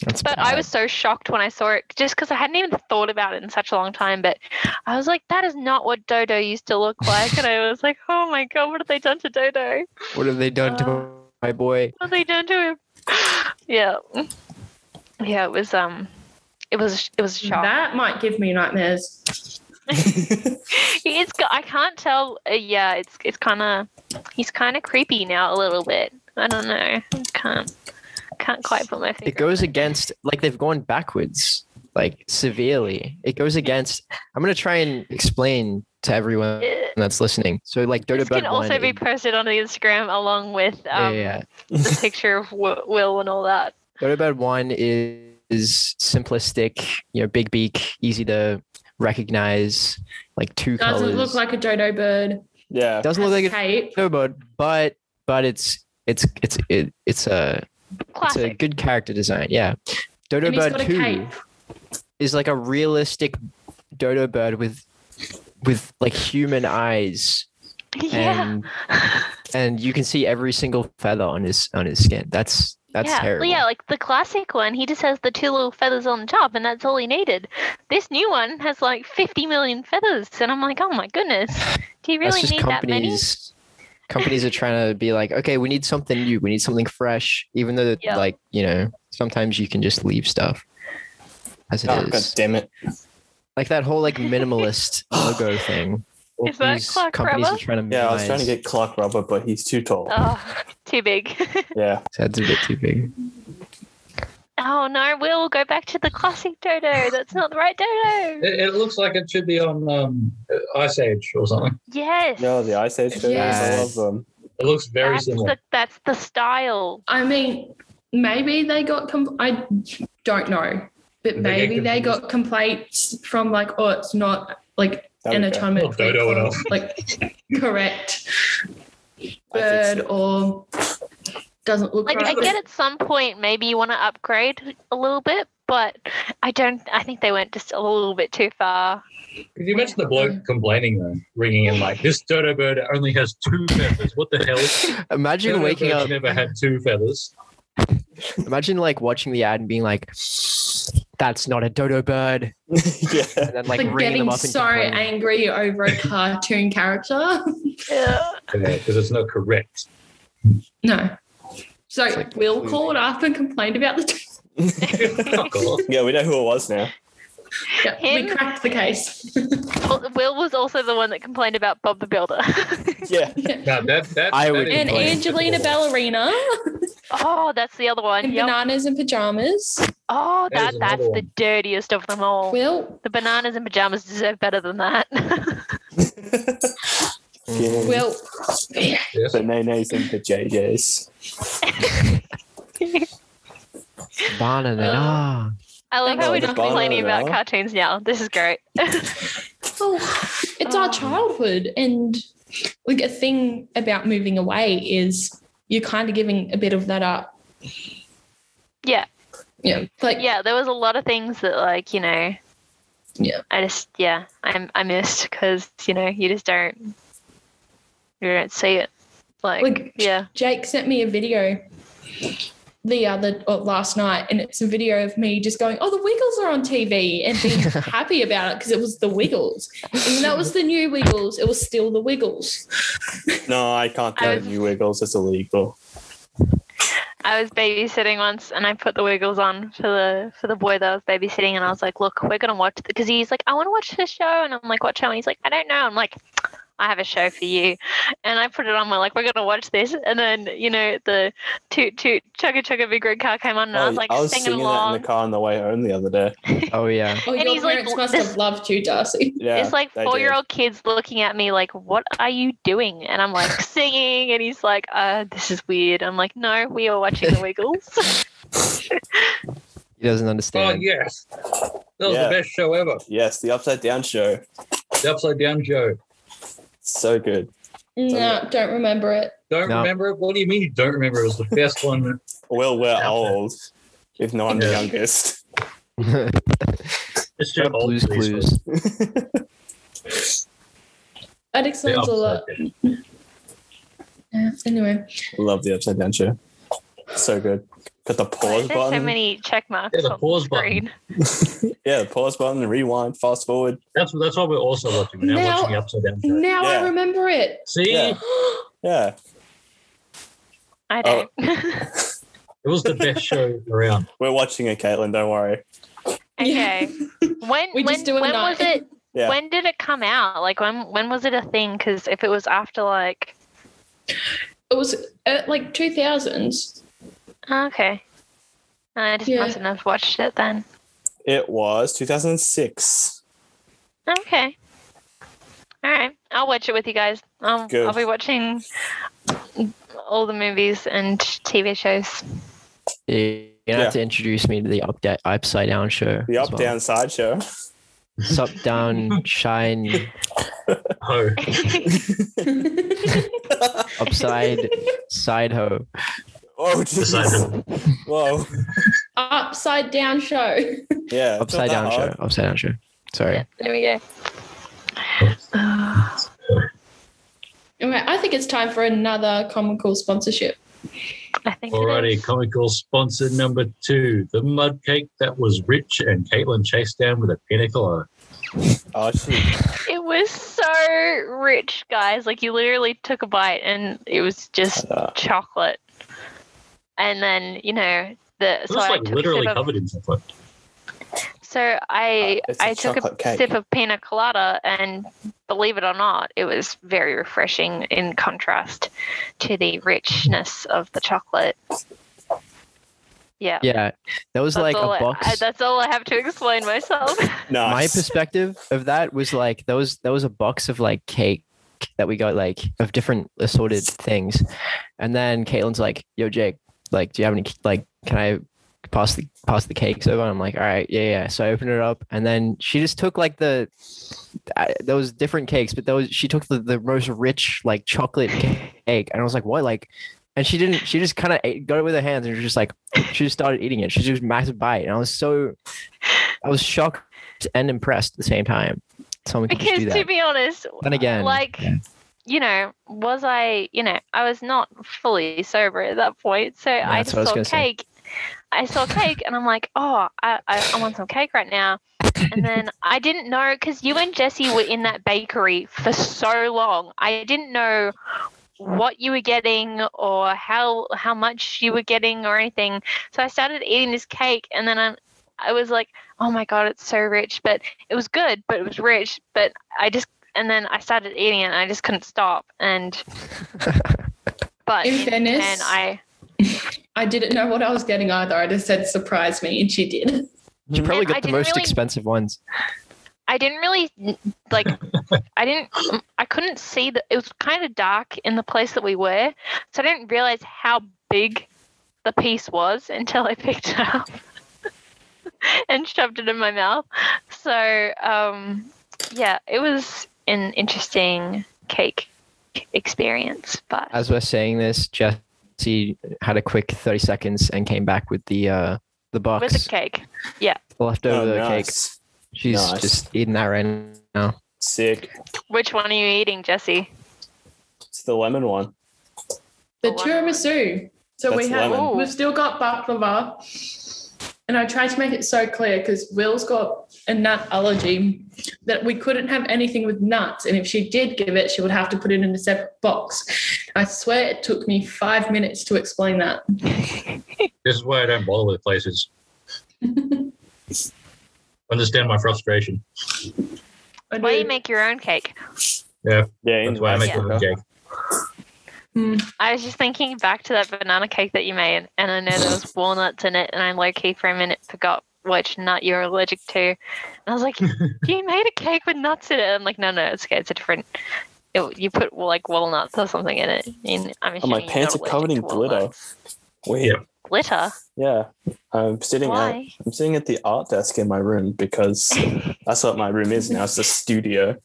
S5: That's
S2: but
S5: bad.
S2: I was so shocked when I saw it just because I hadn't even thought about it in such a long time. But I was like, that is not what Dodo used to look like. And I was like, oh my God, what have they done to Dodo?
S5: What have they done
S2: Uh,
S5: to my boy?
S2: what they done to him. yeah, yeah. It was um, it was it was a shock.
S1: That might give me nightmares.
S5: Mm-hmm.
S2: He is. I can't tell. Uh, yeah, it's it's kind of he's kind of creepy now a little bit. I don't know. I Can't can't quite put my finger.
S5: It goes against like they've gone backwards like severely. It goes against I'm going to try and explain to everyone
S2: It-
S5: that's listening. So like Dodo
S2: This
S5: bird
S2: can also
S5: one,
S2: be
S5: it-
S2: posted on the Instagram along with
S5: yeah,
S2: um,
S5: yeah, yeah.
S2: the picture of w- Will and all that.
S5: Dodo bird one is, is simplistic, you know, big beak, easy to recognize, like two
S1: Doesn't
S5: colors.
S1: look like a dodo bird.
S3: Yeah,
S5: doesn't look
S1: Has
S5: like
S1: a
S5: a
S1: cape.
S5: dodo bird, but but it's it's it's it, it's a it's a
S2: Classic.
S5: good character design. Yeah, Dodo
S1: And he's
S5: bird
S1: got a
S5: two.
S1: cape.
S5: is like a realistic dodo bird with with like human eyes
S2: yeah.
S5: and and you can see every single feather on his on his skin that's that's
S2: yeah.
S5: terrible
S2: Yeah, like the classic one, he just has the two little feathers on the top, and that's all he needed. This new one has like 50 million feathers, and I'm like, oh my goodness, do you
S5: that's
S2: really
S5: just
S2: need that many?
S5: companies companies are trying to be like, okay, we need something new, we need something fresh, even though
S2: Yeah.
S5: like you know sometimes you can just leave stuff as it is.
S3: Oh, God damn it.
S5: Like that whole like minimalist logo thing. All
S2: Is that
S5: these
S2: Clark
S5: companies
S2: Rubber?
S5: are trying to
S3: Yeah, I was
S5: minimize-
S3: trying to get Clark Rubber, but he's too tall.
S2: Oh, too big.
S3: Yeah.
S5: That's a bit too big.
S2: oh no, Will, go back to the classic dodo. That's not the right dodo.
S4: It, it looks like it should be on um, Ice Age or something.
S2: Yes.
S3: No, the Ice Age films. I love
S5: Yes.
S3: them.
S4: It looks very
S2: that's
S4: similar.
S2: the, that's the style.
S1: I mean, maybe they got. Com- I don't know, but
S4: Did they get
S1: maybe they
S4: confused?
S1: got complaints from like, oh, it's not like
S3: There we go.
S4: Not
S1: anatomically
S4: dodo
S1: or,
S4: enough.
S1: like correct
S3: I fixed
S1: bird
S3: it.
S1: or doesn't look
S2: Like I
S1: right.
S2: get at some point maybe you want to upgrade a little bit, but I don't. I think they went just a little bit too far.
S4: Could you imagine the bloke complaining though, ringing in like, "This dodo bird only has two feathers. What the hell?
S5: Imagine
S4: Dodo
S5: waking
S4: birds
S5: up,
S4: Never had two feathers.
S5: imagine like watching the ad and being like, "That's not a dodo bird,"
S3: yeah.
S5: and then
S1: Like,
S5: like, ringing them
S1: getting
S5: up and
S1: so
S5: complaining.
S1: angry over a cartoon character.
S2: Yeah.
S4: Because it's not correct.
S1: No. So
S5: It's like
S1: Will
S5: completely-
S1: called up and complained about the.
S4: Fuck off.
S3: yeah, we know who it was now.
S1: Yeah, we
S2: Him?
S1: cracked the case.
S2: Well, Will was also the one that complained about Bob the Builder.
S3: Yeah.
S4: Now that that
S5: I
S4: that
S5: would
S4: is
S1: and
S5: complain.
S1: Angelina Ballerina
S2: oh, that's the other one.
S1: in
S2: Yep.
S1: bananas and pajamas.
S2: Oh,
S4: That
S2: that,
S4: is
S2: that's
S4: another
S2: the
S4: one.
S2: dirtiest of them all.
S1: Will
S2: the bananas and pajamas deserve better than that.
S5: Mm.
S3: Yeah.
S1: Will
S4: Yes.
S3: The nays and the JJs.
S5: Banana.
S2: I love how
S1: Oh,
S2: we're
S1: the
S2: just complaining
S3: banana.
S2: about cartoons now. This is great.
S1: oh, it's our
S2: Oh.
S1: childhood and like a thing about moving away is you're kind of giving a bit of that up.
S2: Yeah.
S1: Yeah. Like
S2: yeah, there was a lot of things that, like, you know,
S1: Yeah.
S2: I just, yeah, I, I missed because, you know, you just don't, you don't see it. Like,
S1: Like-
S2: yeah.
S1: Jake sent me a video the other or last night, and it's a video of me just going, "Oh, the Wiggles are on TV," and being happy about it because it was the Wiggles. Even though it was the new Wiggles, it was still the Wiggles.
S3: No, I can't do
S2: I've-
S3: New Wiggles. It's illegal.
S2: I was babysitting once, and I put the Wiggles on for the for the boy that I was babysitting, and I was like, "Look, we're gonna watch because he's like, I want to watch this show," and I'm like, "What show?" And he's like, "I don't know." I'm like, "I have a show for you," and I put it on. We're like, "We're gonna watch this," and then you know the toot toot chugga chugga big red car came on, and I was like
S3: Oh, I was
S2: singing,
S3: singing that in
S2: along.
S3: the car on the way home the other day.
S5: Oh yeah.
S1: Oh,
S2: And
S1: your
S2: he's like,
S1: parents must
S2: this-
S1: have loved you, Darcy.
S3: Yeah,
S2: it's like
S3: they did.
S2: four year old kids looking at me like, "What are you doing?" And I'm like singing, and he's like, "Uh, this is weird." I'm like, "No, we are watching the Wiggles."
S5: He doesn't
S4: Oh
S5: understand.
S4: yes, that was
S3: Yeah.
S4: the best show ever.
S3: Yes, the Upside Down Show.
S4: The Upside Down show.
S3: So good.
S1: No, don't remember it.
S4: Don't
S5: No.
S4: remember it? What do you mean you don't remember? It was the best one.
S3: Well, we're
S4: Yeah.
S3: old, if not the
S4: Yeah.
S3: youngest.
S4: It's
S5: What a Blue's Clues.
S1: That explains a lot. Yeah, anyway,
S3: Love the Upside Down Show. So good. Got the
S2: There's
S3: pause button.
S2: so many check marks
S4: Yeah, the
S2: on
S4: pause
S2: the
S4: button.
S2: screen.
S3: Yeah, the pause button, rewind, fast forward.
S4: That's that's why we're also watching. We're now,
S1: Now-
S4: watching the Upside Down show.
S1: now
S3: Yeah.
S1: I remember it.
S4: See,
S3: Yeah. Yeah.
S2: I
S3: Oh.
S2: don't. okay.
S4: it was the best show around.
S3: We're watching it, Caitlin. Don't worry.
S2: When
S1: We
S2: when,
S1: just do it
S2: when
S1: now.
S2: was it?
S3: Yeah.
S2: When did it come out? Like when when was it a thing? Because if it was after like
S1: It was uh, like 2000s.
S2: okay, I just
S1: Yeah.
S2: mustn't have watched it then.
S3: It was 2006.
S2: Okay. All right, I'll watch it with you guys. Um,
S3: Good.
S2: I'll be watching all the movies and TV shows.
S5: You're gonna
S3: Yeah.
S5: have to introduce me to the up da- upside down show.
S3: The
S5: as
S3: Up
S5: well.
S3: Down Side Show.
S5: It's up down shine
S4: Oh,
S5: upside side ho.
S3: Oh,
S4: Upside
S3: Jesus. Whoa.
S1: Upside down show.
S3: Yeah. it's not
S5: Upside
S3: that
S5: down
S3: hard.
S5: show. Upside down show. Sorry.
S2: there we go.
S1: Anyway, I think it's time for another comical sponsorship.
S2: I think. it
S4: alrighty.
S2: is.
S4: Comical sponsor number two: the mud cake that was rich and Caitlin chased down with a pina colada.
S3: Oh, shoot.
S2: It were so rich, guys. Like you literally took a bite and it was just
S3: Uh,
S2: chocolate. And then, you know, the
S4: It
S2: so
S4: was
S2: I
S4: like
S2: took a
S4: literally
S2: sip of-
S4: covered in chocolate.
S2: so I
S3: Uh, it's a
S2: I took a
S3: chocolate cake.
S2: sip of pina colada, and believe it or not, it was very refreshing in contrast to the richness of the chocolate. Yeah,
S5: Yeah, that was
S2: that's
S5: like a
S2: all I-
S5: box.
S2: I, that's all I have to explain myself.
S5: my
S3: nice.
S5: perspective of that was like that was that was a box of like cake that we got like of different assorted things, and then Caitlin's like, "Yo, Jake, like, do you have any like? Can I pass the pass the cakes over?" And I'm like, "All right, yeah, yeah." So I opened it up, and then she just took like the I, there was different cakes, but there was she took the the most rich like chocolate cake, and I was like, "What?" Like. And she didn't. She just kind of ate, got it with her hands, and was just like she just started eating it. She just massive bite, and I was so, I was shocked and impressed at the same time. Someone can just
S2: because
S5: do
S2: to
S5: that.
S2: be honest,
S5: Then again,
S2: like
S5: yeah.
S2: you know was i you know i was not fully sober at that point so i
S5: that's
S2: just
S5: what I was
S2: saw
S5: gonna say.
S2: cake i saw cake and i'm like oh i, I, I want some cake right now and then i didn't know because you and jesse were in that bakery for so long i didn't know what you were getting or how how much you were getting or anything so i started eating this cake and then i i was like oh my god it's so rich but it was good but it was rich but i just and then I started eating it and I just couldn't stop and but
S1: In fairness-
S2: and I
S1: I didn't know what I was getting either. I just said surprise me, and she did.
S5: she probably
S2: And I
S5: got the
S2: didn't
S5: most
S2: really-
S5: expensive ones.
S2: I didn't really like I didn't I couldn't see that it was kind of dark in the place that we were so I didn't realize how big the piece was until I picked it up and shoved it in my mouth so um yeah it was an interesting cake experience but
S5: As we're saying this, Jesse had a quick thirty seconds and came back with the uh the box
S2: with the cake
S5: the leftover
S3: Oh,
S5: cake.
S3: nice.
S5: She's
S3: Nice.
S5: just eating that right now.
S3: Sick.
S2: which one are you eating Jesse
S3: It's the lemon one.
S1: The
S2: Oh, wow.
S1: tiramisu. So we
S3: That's
S1: have
S3: lemon.
S2: Ooh.
S1: we've still got baklava, and I tried to make it so clear because Will's got a nut allergy that we couldn't have anything with nuts, and if she did give it, she would have to put it in a separate box. I swear it took me five minutes to explain that.
S4: This is why I don't bother with places. Understand my frustration.
S1: I
S2: Why you
S1: do-
S2: make your own cake?
S3: Yeah,
S4: That's why I make
S2: Yeah.
S4: the whole cake.
S1: Mm,
S2: I was just thinking back to that banana cake that you made, and I know there was walnuts in it, and I low key for a minute forgot which nut you're allergic to. And I was like, "You made a cake with nuts in it." I'm like, "No, no, it's okay. It's a different. It, you put well, like walnuts or something in it." And I'm
S3: Oh, my
S2: assuming you're
S3: pants
S2: not
S3: are covered
S2: allergic
S3: in
S2: to
S3: glitter.
S2: walnuts.
S3: Weird.
S2: Glitter?
S3: Yeah, I'm sitting at
S2: Why?
S3: I'm sitting at the art desk in my room because that's what my room is now. It's a studio,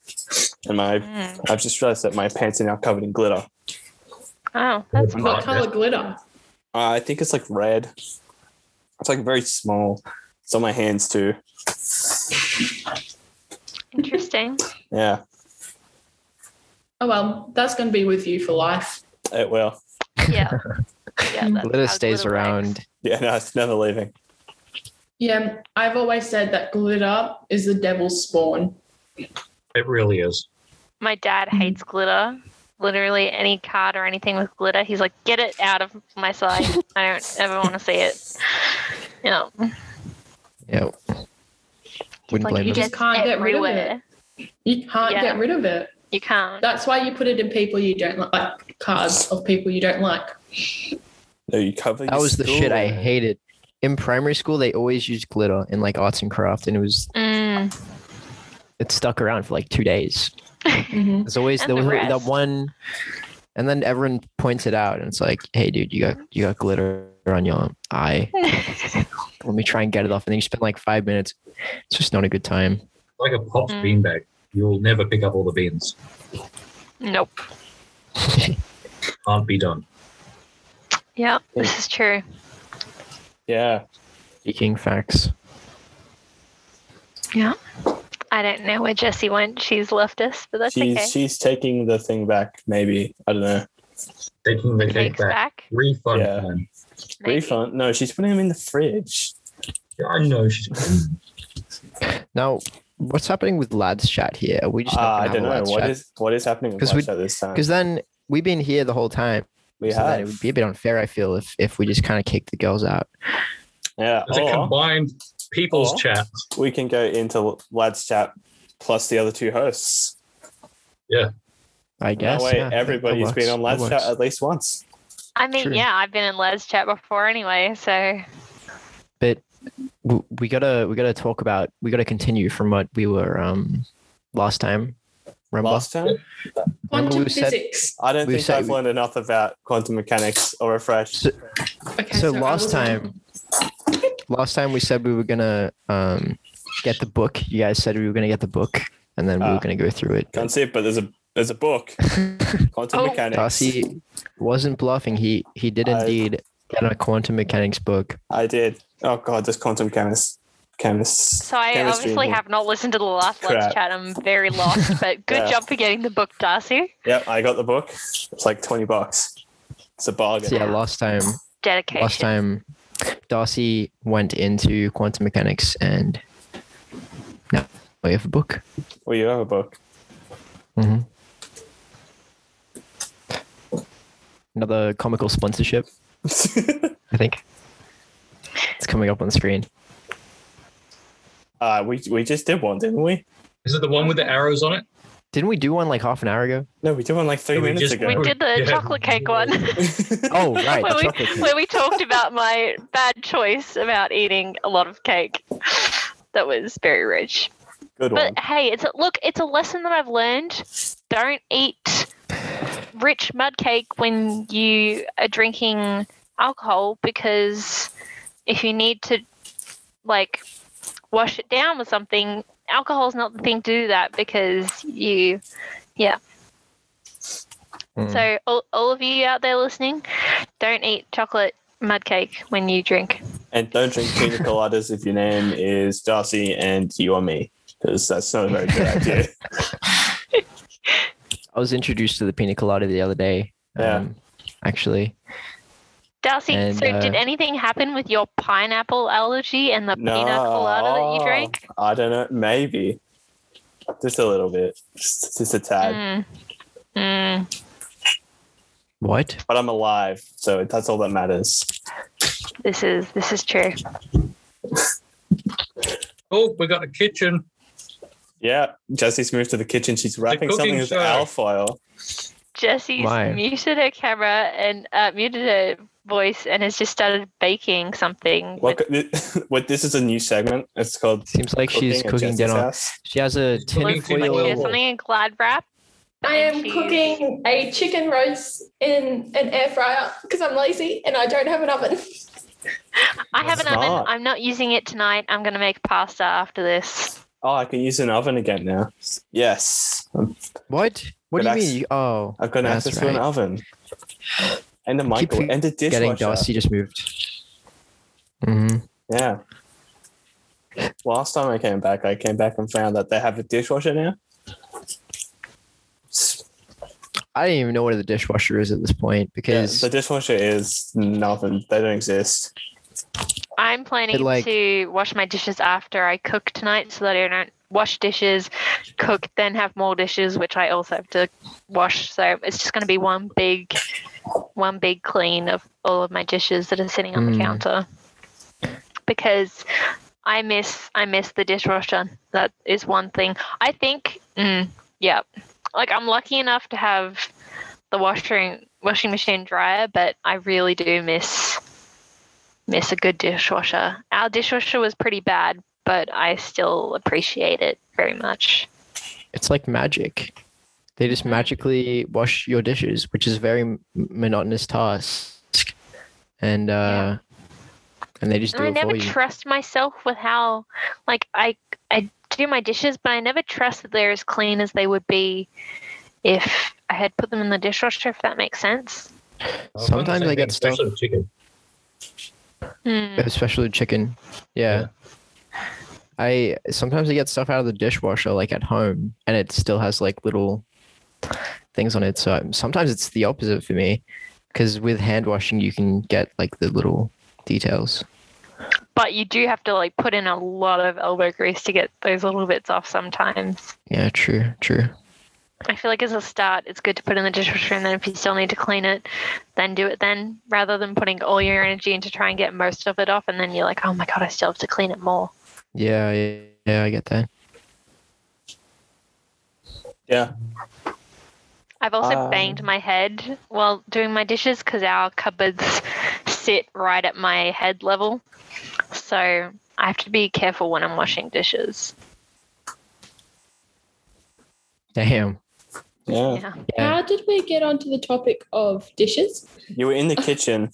S3: and my
S2: Mm.
S3: I've just realized that my pants are now covered in glitter.
S2: Oh, that's
S4: I'm
S2: cool.
S1: what color glitter?
S3: Uh, I think it's like red. It's like very small. It's on my hands too.
S2: interesting.
S3: Yeah,
S1: Oh well, that's going to be with you for life.
S3: it will.
S2: Yeah. Yeah, that's how
S5: Glitter stays
S2: glitter works.
S5: around.
S3: Yeah, no, it's never leaving.
S1: Yeah, I've always said that glitter is the devil's spawn.
S4: It really is.
S2: My dad
S3: Mm-hmm.
S2: hates glitter. Literally any card or anything with glitter, he's like, "Get it out of my sight. I don't ever want to see it." You know,
S5: Yeah. Wouldn't
S2: like
S5: blame
S2: you
S5: them.
S1: just
S2: just
S1: can't
S2: can't
S1: get rid of it.
S2: everywhere.
S1: You can't
S2: Yeah.
S1: get rid of it.
S2: You can't.
S1: That's why you put it in people you don't like, like cards of people you don't like.
S3: No, you cover.
S5: That
S3: your
S5: was the shit I
S3: stool.
S5: hated. In primary school, they always used glitter in like arts and craft, and it was
S2: Mm.
S5: it stuck around for like two days.
S1: Mhm.
S5: There's always
S2: And
S5: there
S2: the
S5: was al- that
S2: rest.
S5: one, and then everyone points it out, and it's like, "Hey, dude, you got you got glitter on your eye. Let me try and get it off." And then you spend like five minutes. It's just not a good time.
S4: Like a pop's
S2: Mm.
S4: beanbag. You'll never pick up all the beans.
S2: nope.
S4: Can't be done.
S2: Yeah, this is true.
S3: Yeah,
S5: Speaking facts.
S2: I don't know where Jessie went. She's left us, but that's
S3: she's
S2: okay.
S3: she's taking the thing back. Maybe I don't know.
S4: Taking the cake
S2: Takes
S4: back.
S2: back.
S4: Refund
S3: Yeah.
S4: time.
S2: maybe.
S3: Refund? No, she's putting them in the fridge.
S4: I know she's
S5: Now, what's happening with lads chat here? Are we just
S3: Uh, I
S5: not
S3: don't
S5: gonna
S3: know
S5: have a lads
S3: what
S5: chat?
S3: is what is happening with
S5: 'Cause we-
S3: Watch at this time.
S5: Because then we've been here the whole time.
S3: We
S5: so then it
S3: have,
S5: would be a bit unfair, I feel, if if we just kind of kick the girls out.
S3: yeah.
S4: There's a
S3: or-
S4: combined people's
S3: Or-
S4: chat.
S3: we can go into lads chat plus the other two hosts.
S5: I guess.
S3: that way,
S5: yeah, that- that
S3: everybody's been
S5: works,
S3: on
S5: that
S3: lads chat
S5: works.
S3: at least once.
S2: I mean,
S5: True.
S2: yeah, I've been in Les chat before anyway, so
S5: But w- we gotta we gotta talk about we gotta continue from what we were um last time. Remember?
S3: Last time,
S5: Remember
S1: Quantum
S5: we said-
S1: physics.
S3: I don't
S5: We've
S3: think
S5: said-
S3: I've learned enough about quantum mechanics or refresh.
S5: So-
S1: Okay,
S5: so
S1: I
S5: last
S1: was-
S5: time- last time we said we were gonna um get the book. You guys said we were gonna get the book, and then we
S3: Ah.
S5: were gonna go through it.
S3: Can't see it, but there's a there's a book, quantum
S2: Oh.
S3: mechanics.
S5: Darcy wasn't bluffing. He he did
S3: I-
S5: indeed get a quantum mechanics book.
S3: I did. Oh god, this quantum chemist, chemist.
S2: so I
S3: chemistry
S2: obviously
S3: book.
S2: have not listened to the last Les
S3: Crap.
S2: chat. I'm very lost, but good
S3: Yeah.
S2: job for getting the book, Darcy.
S3: Yep, I got the book. It's like twenty bucks. It's a bargain.
S5: So yeah, last time
S2: Dedication.
S5: last time Darcy went into quantum mechanics and now we have a book.
S3: Well, you have a book. Mm-hmm.
S5: hmm Another comical sponsorship, I think. It's coming up on the screen.
S3: uh, we we just did one, didn't we?
S4: Is it the one with the arrows on it?
S5: Didn't we do one like half an hour ago?
S3: No, we did one like three
S4: We
S3: minutes
S4: just-
S2: We
S3: ago.
S2: did the
S4: Yeah.
S2: chocolate cake one
S5: Oh right, the
S2: where,
S5: chocolate
S2: we,
S5: cake.
S2: where we talked about my bad choice about eating a lot of cake. That was very rich.
S3: Good one.
S2: But hey, it's a look, it's a lesson that I've learned. Don't eat rich mud cake when you are drinking alcohol because if you need to like wash it down with something, alcohol's not the thing to do that because you
S5: Mm.
S2: so all, all of you out there listening, don't eat chocolate mud cake when you drink.
S3: And don't drink pina coladas if your name is Darcy and you are me, because that's not a very good idea.
S5: I was introduced to the pina colada the other day.
S3: Yeah.
S5: Um, actually,
S2: Darcy,
S5: And,
S2: so
S5: uh,
S2: did anything happen with your pineapple allergy and the
S3: no,
S2: pina colada that you drank?
S3: I don't know. Maybe just a little bit, just, just a tad.
S2: Mm. Mm.
S5: what?
S3: But I'm alive, so that's all that matters.
S2: This is this is true.
S4: Oh, we got a kitchen.
S3: Yeah, Jesse's moved to the kitchen. She's wrapping
S4: cooking
S3: something with
S4: show.
S3: alfoil.
S2: Jesse's
S5: Why?
S2: muted her camera and uh, muted her voice and has just started baking something.
S3: Well, what this is a new segment. It's called
S5: Seems like she's
S3: at Jesse's
S5: cooking dinner.
S3: House.
S5: She has a
S2: with,
S4: cooking
S5: tin
S2: like,
S4: tinfoil.
S2: she
S5: foil.
S2: has something in Glad wrap.
S1: I am
S2: Jeez.
S1: cooking a chicken roast in an air fryer because I'm lazy and I don't have an oven.
S2: I have an
S3: That's
S2: oven.
S3: smart.
S2: I'm not using it tonight. I'm gonna make pasta after this.
S3: Oh, I can use an oven again now. Yes,
S5: What?
S3: But
S5: What do you
S3: that's-
S5: mean? You- Oh,
S3: I've got
S5: That's
S3: access to an
S5: right.
S3: oven and a microwave and a
S5: getting
S3: dishwasher.
S5: Darcy just moved.
S2: Mm-hmm.
S5: hmm
S3: Yeah. Last time I came back, I came back and found that they have a dishwasher now. S-
S5: I didn't even know what the dishwasher is at this point
S3: yeah,
S5: because
S3: the dishwasher is nothing. They don't exist.
S2: I'm planning
S5: But, like-
S2: to wash my dishes after I cook tonight so that I don't wash dishes, cook, then have more dishes, which I also have to wash. So it's just going to be one big, one big clean of all of my dishes that are sitting on the
S5: Mm.
S2: counter because I miss I miss the dishwasher. That is one thing. I think, mm, yeah, like I'm lucky enough to have the washing washing machine dryer, but I really do miss miss a good dishwasher. Our dishwasher was pretty bad, but I still appreciate it very much.
S5: it's like magic. They just magically wash your dishes, which is a very m- monotonous task, and uh, and they just
S2: And
S5: do
S2: I
S5: it for
S2: never
S5: you.
S2: trust myself with how like I I do my dishes, but I never trust that they're as clean as they would be if I had put them in the dishwasher, if that makes sense.
S4: Oh,
S5: Sometimes
S4: same
S5: I get
S4: thing, especially with chicken.
S2: Hmm.
S5: especially chicken. Yeah. I sometimes I get stuff out of the dishwasher like at home, and it still has like little things on it. So I'm- sometimes it's the opposite for me, because with hand washing you can get like the little details.
S2: but you do have to like put in a lot of elbow grease to get those little bits off sometimes.
S5: Yeah, true, true.
S2: I feel like as a start, it's good to put in the dishwasher, and then if you still need to clean it, then do it then, rather than putting all your energy into trying to get most of it off, and then you're like, oh my god, I still have to clean it more.
S5: Yeah, yeah, yeah I get that.
S3: Yeah.
S2: I've also
S3: Um,
S2: banged my head while doing my dishes because our cupboards sit right at my head level, so I have to be careful when I'm washing dishes.
S5: Damn.
S3: Yeah.
S2: Yeah.
S5: Yeah.
S1: How did we get onto the topic of dishes?
S3: You were in the kitchen.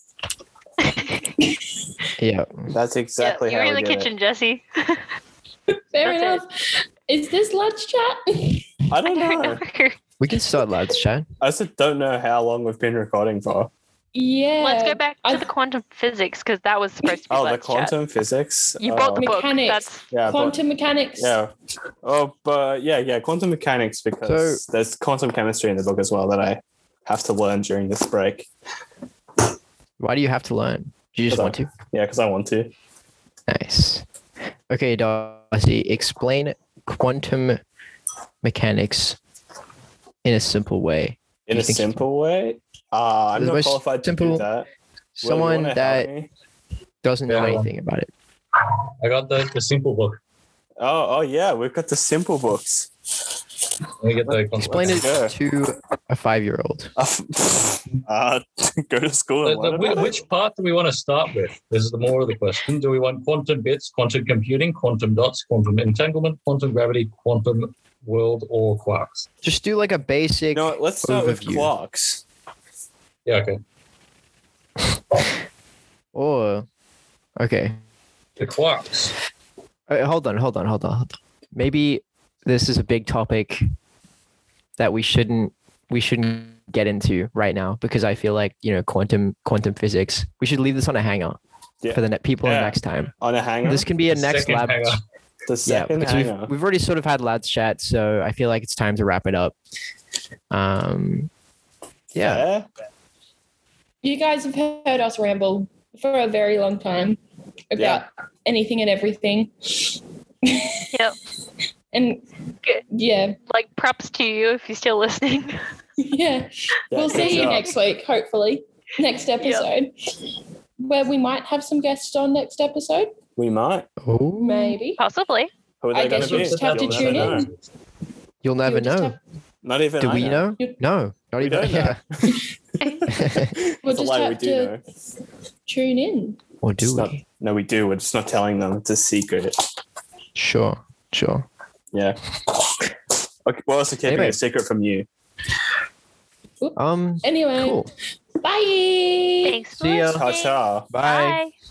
S5: Yeah.
S3: That's exactly
S2: yeah,
S3: how
S2: you're
S3: we
S2: in the
S3: did
S2: kitchen, Jesse.
S1: Fair
S2: That's
S1: enough. Is this lunch chat?
S3: it. I don't
S2: I don't
S3: know.
S2: know.
S5: We can start lads chat.
S3: I just don't know how long we've been recording for.
S1: yeah.
S2: Let's go back to
S1: I-
S2: the quantum physics because that was supposed to be.
S3: Oh, the
S2: last chat.
S3: quantum physics.
S2: You
S3: oh,
S2: bought the book.
S1: Mechanics.
S2: That's
S3: yeah, I bought-
S1: Quantum mechanics.
S3: yeah. Oh, but yeah, yeah, quantum mechanics because there's quantum chemistry in the book as well that I have to learn during this break.
S5: Why do you have to learn? Do you just
S3: Hello.
S5: want to?
S3: Yeah, because I want to.
S5: Nice. Okay, Darcy, explain quantum mechanics in a simple way.
S3: In
S5: You
S3: a
S5: think you
S3: simple way. Uh, I'm
S5: The
S3: not
S5: most
S3: qualified to do
S5: simple-
S3: that. Will, you
S5: Someone
S3: wanna help
S5: that
S3: me?
S5: doesn't know
S4: Yeah.
S5: anything about it.
S4: I got the, the simple book.
S3: Oh, oh yeah, we've got the simple books.
S4: Let me get the
S5: Explain
S3: Let's go.
S5: it to a five year old.
S3: Uh, uh, go to school
S4: The-
S3: and
S4: the-
S3: learn
S4: whi-
S3: about it.
S4: which part do we want to start with? This is the more of the question. Do we want quantum bits, quantum computing, quantum dots, quantum entanglement, quantum gravity, quantum world, or quarks?
S5: Just do like a basic.
S3: No, let's start with
S5: overview.
S3: clocks.
S4: Yeah, okay.
S5: Or, okay.
S4: The quarks.
S5: Uh, hold on, hold on, hold on, hold on. Maybe this is a big topic that we shouldn't we shouldn't get into right now because I feel like you know quantum quantum physics. We should leave this on a hanger
S3: Yeah.
S5: for the ne- people on
S3: Yeah.
S5: next time.
S3: On a hanger.
S5: This can be a
S4: The
S5: next
S4: second
S5: lab.
S4: hanger.
S3: the
S5: Yeah,
S3: second
S5: because
S3: hanger.
S5: we've, we've already sort of had lads chat, so I feel like it's time to wrap it up. Um, yeah,
S3: Yeah.
S1: You guys have heard us ramble for a very long time about
S3: Yeah.
S1: anything and everything.
S2: Yep.
S1: And
S2: Good.
S1: yeah,
S2: like props to you if you're still listening.
S1: yeah.
S3: Yeah,
S1: we'll
S3: good
S1: see you
S3: job.
S1: next week, hopefully. Next episode. Where we might have some guests on next episode,
S3: We might.
S2: Mm.
S5: oh,
S1: maybe.
S2: Possibly.
S3: Who are
S1: I
S3: they going
S1: guess
S3: to
S1: you
S3: be?
S1: just have to
S3: You'll
S1: tune
S3: never
S1: in.
S3: know.
S5: you'll never
S1: You'll just
S5: know.
S1: have-
S3: Not even.
S5: Do
S3: I
S5: we know?
S1: You-
S5: No, not
S3: We
S5: even.
S3: don't
S5: Yeah.
S1: We'll
S3: It's a
S1: just
S3: lie,
S1: have
S3: we do
S1: to
S3: know.
S1: tune in.
S5: or do
S3: It's not-
S5: we?
S3: No, we do. We're just not telling them. It's a secret.
S5: Sure, sure.
S3: Yeah. Okay, we're also keeping
S5: Anyway.
S3: a secret from you.
S5: Um,
S1: Anyway,
S5: cool.
S1: bye.
S2: Thanks. for
S5: See ya.
S2: listening.
S3: Cha cha.
S5: Bye.
S2: Bye.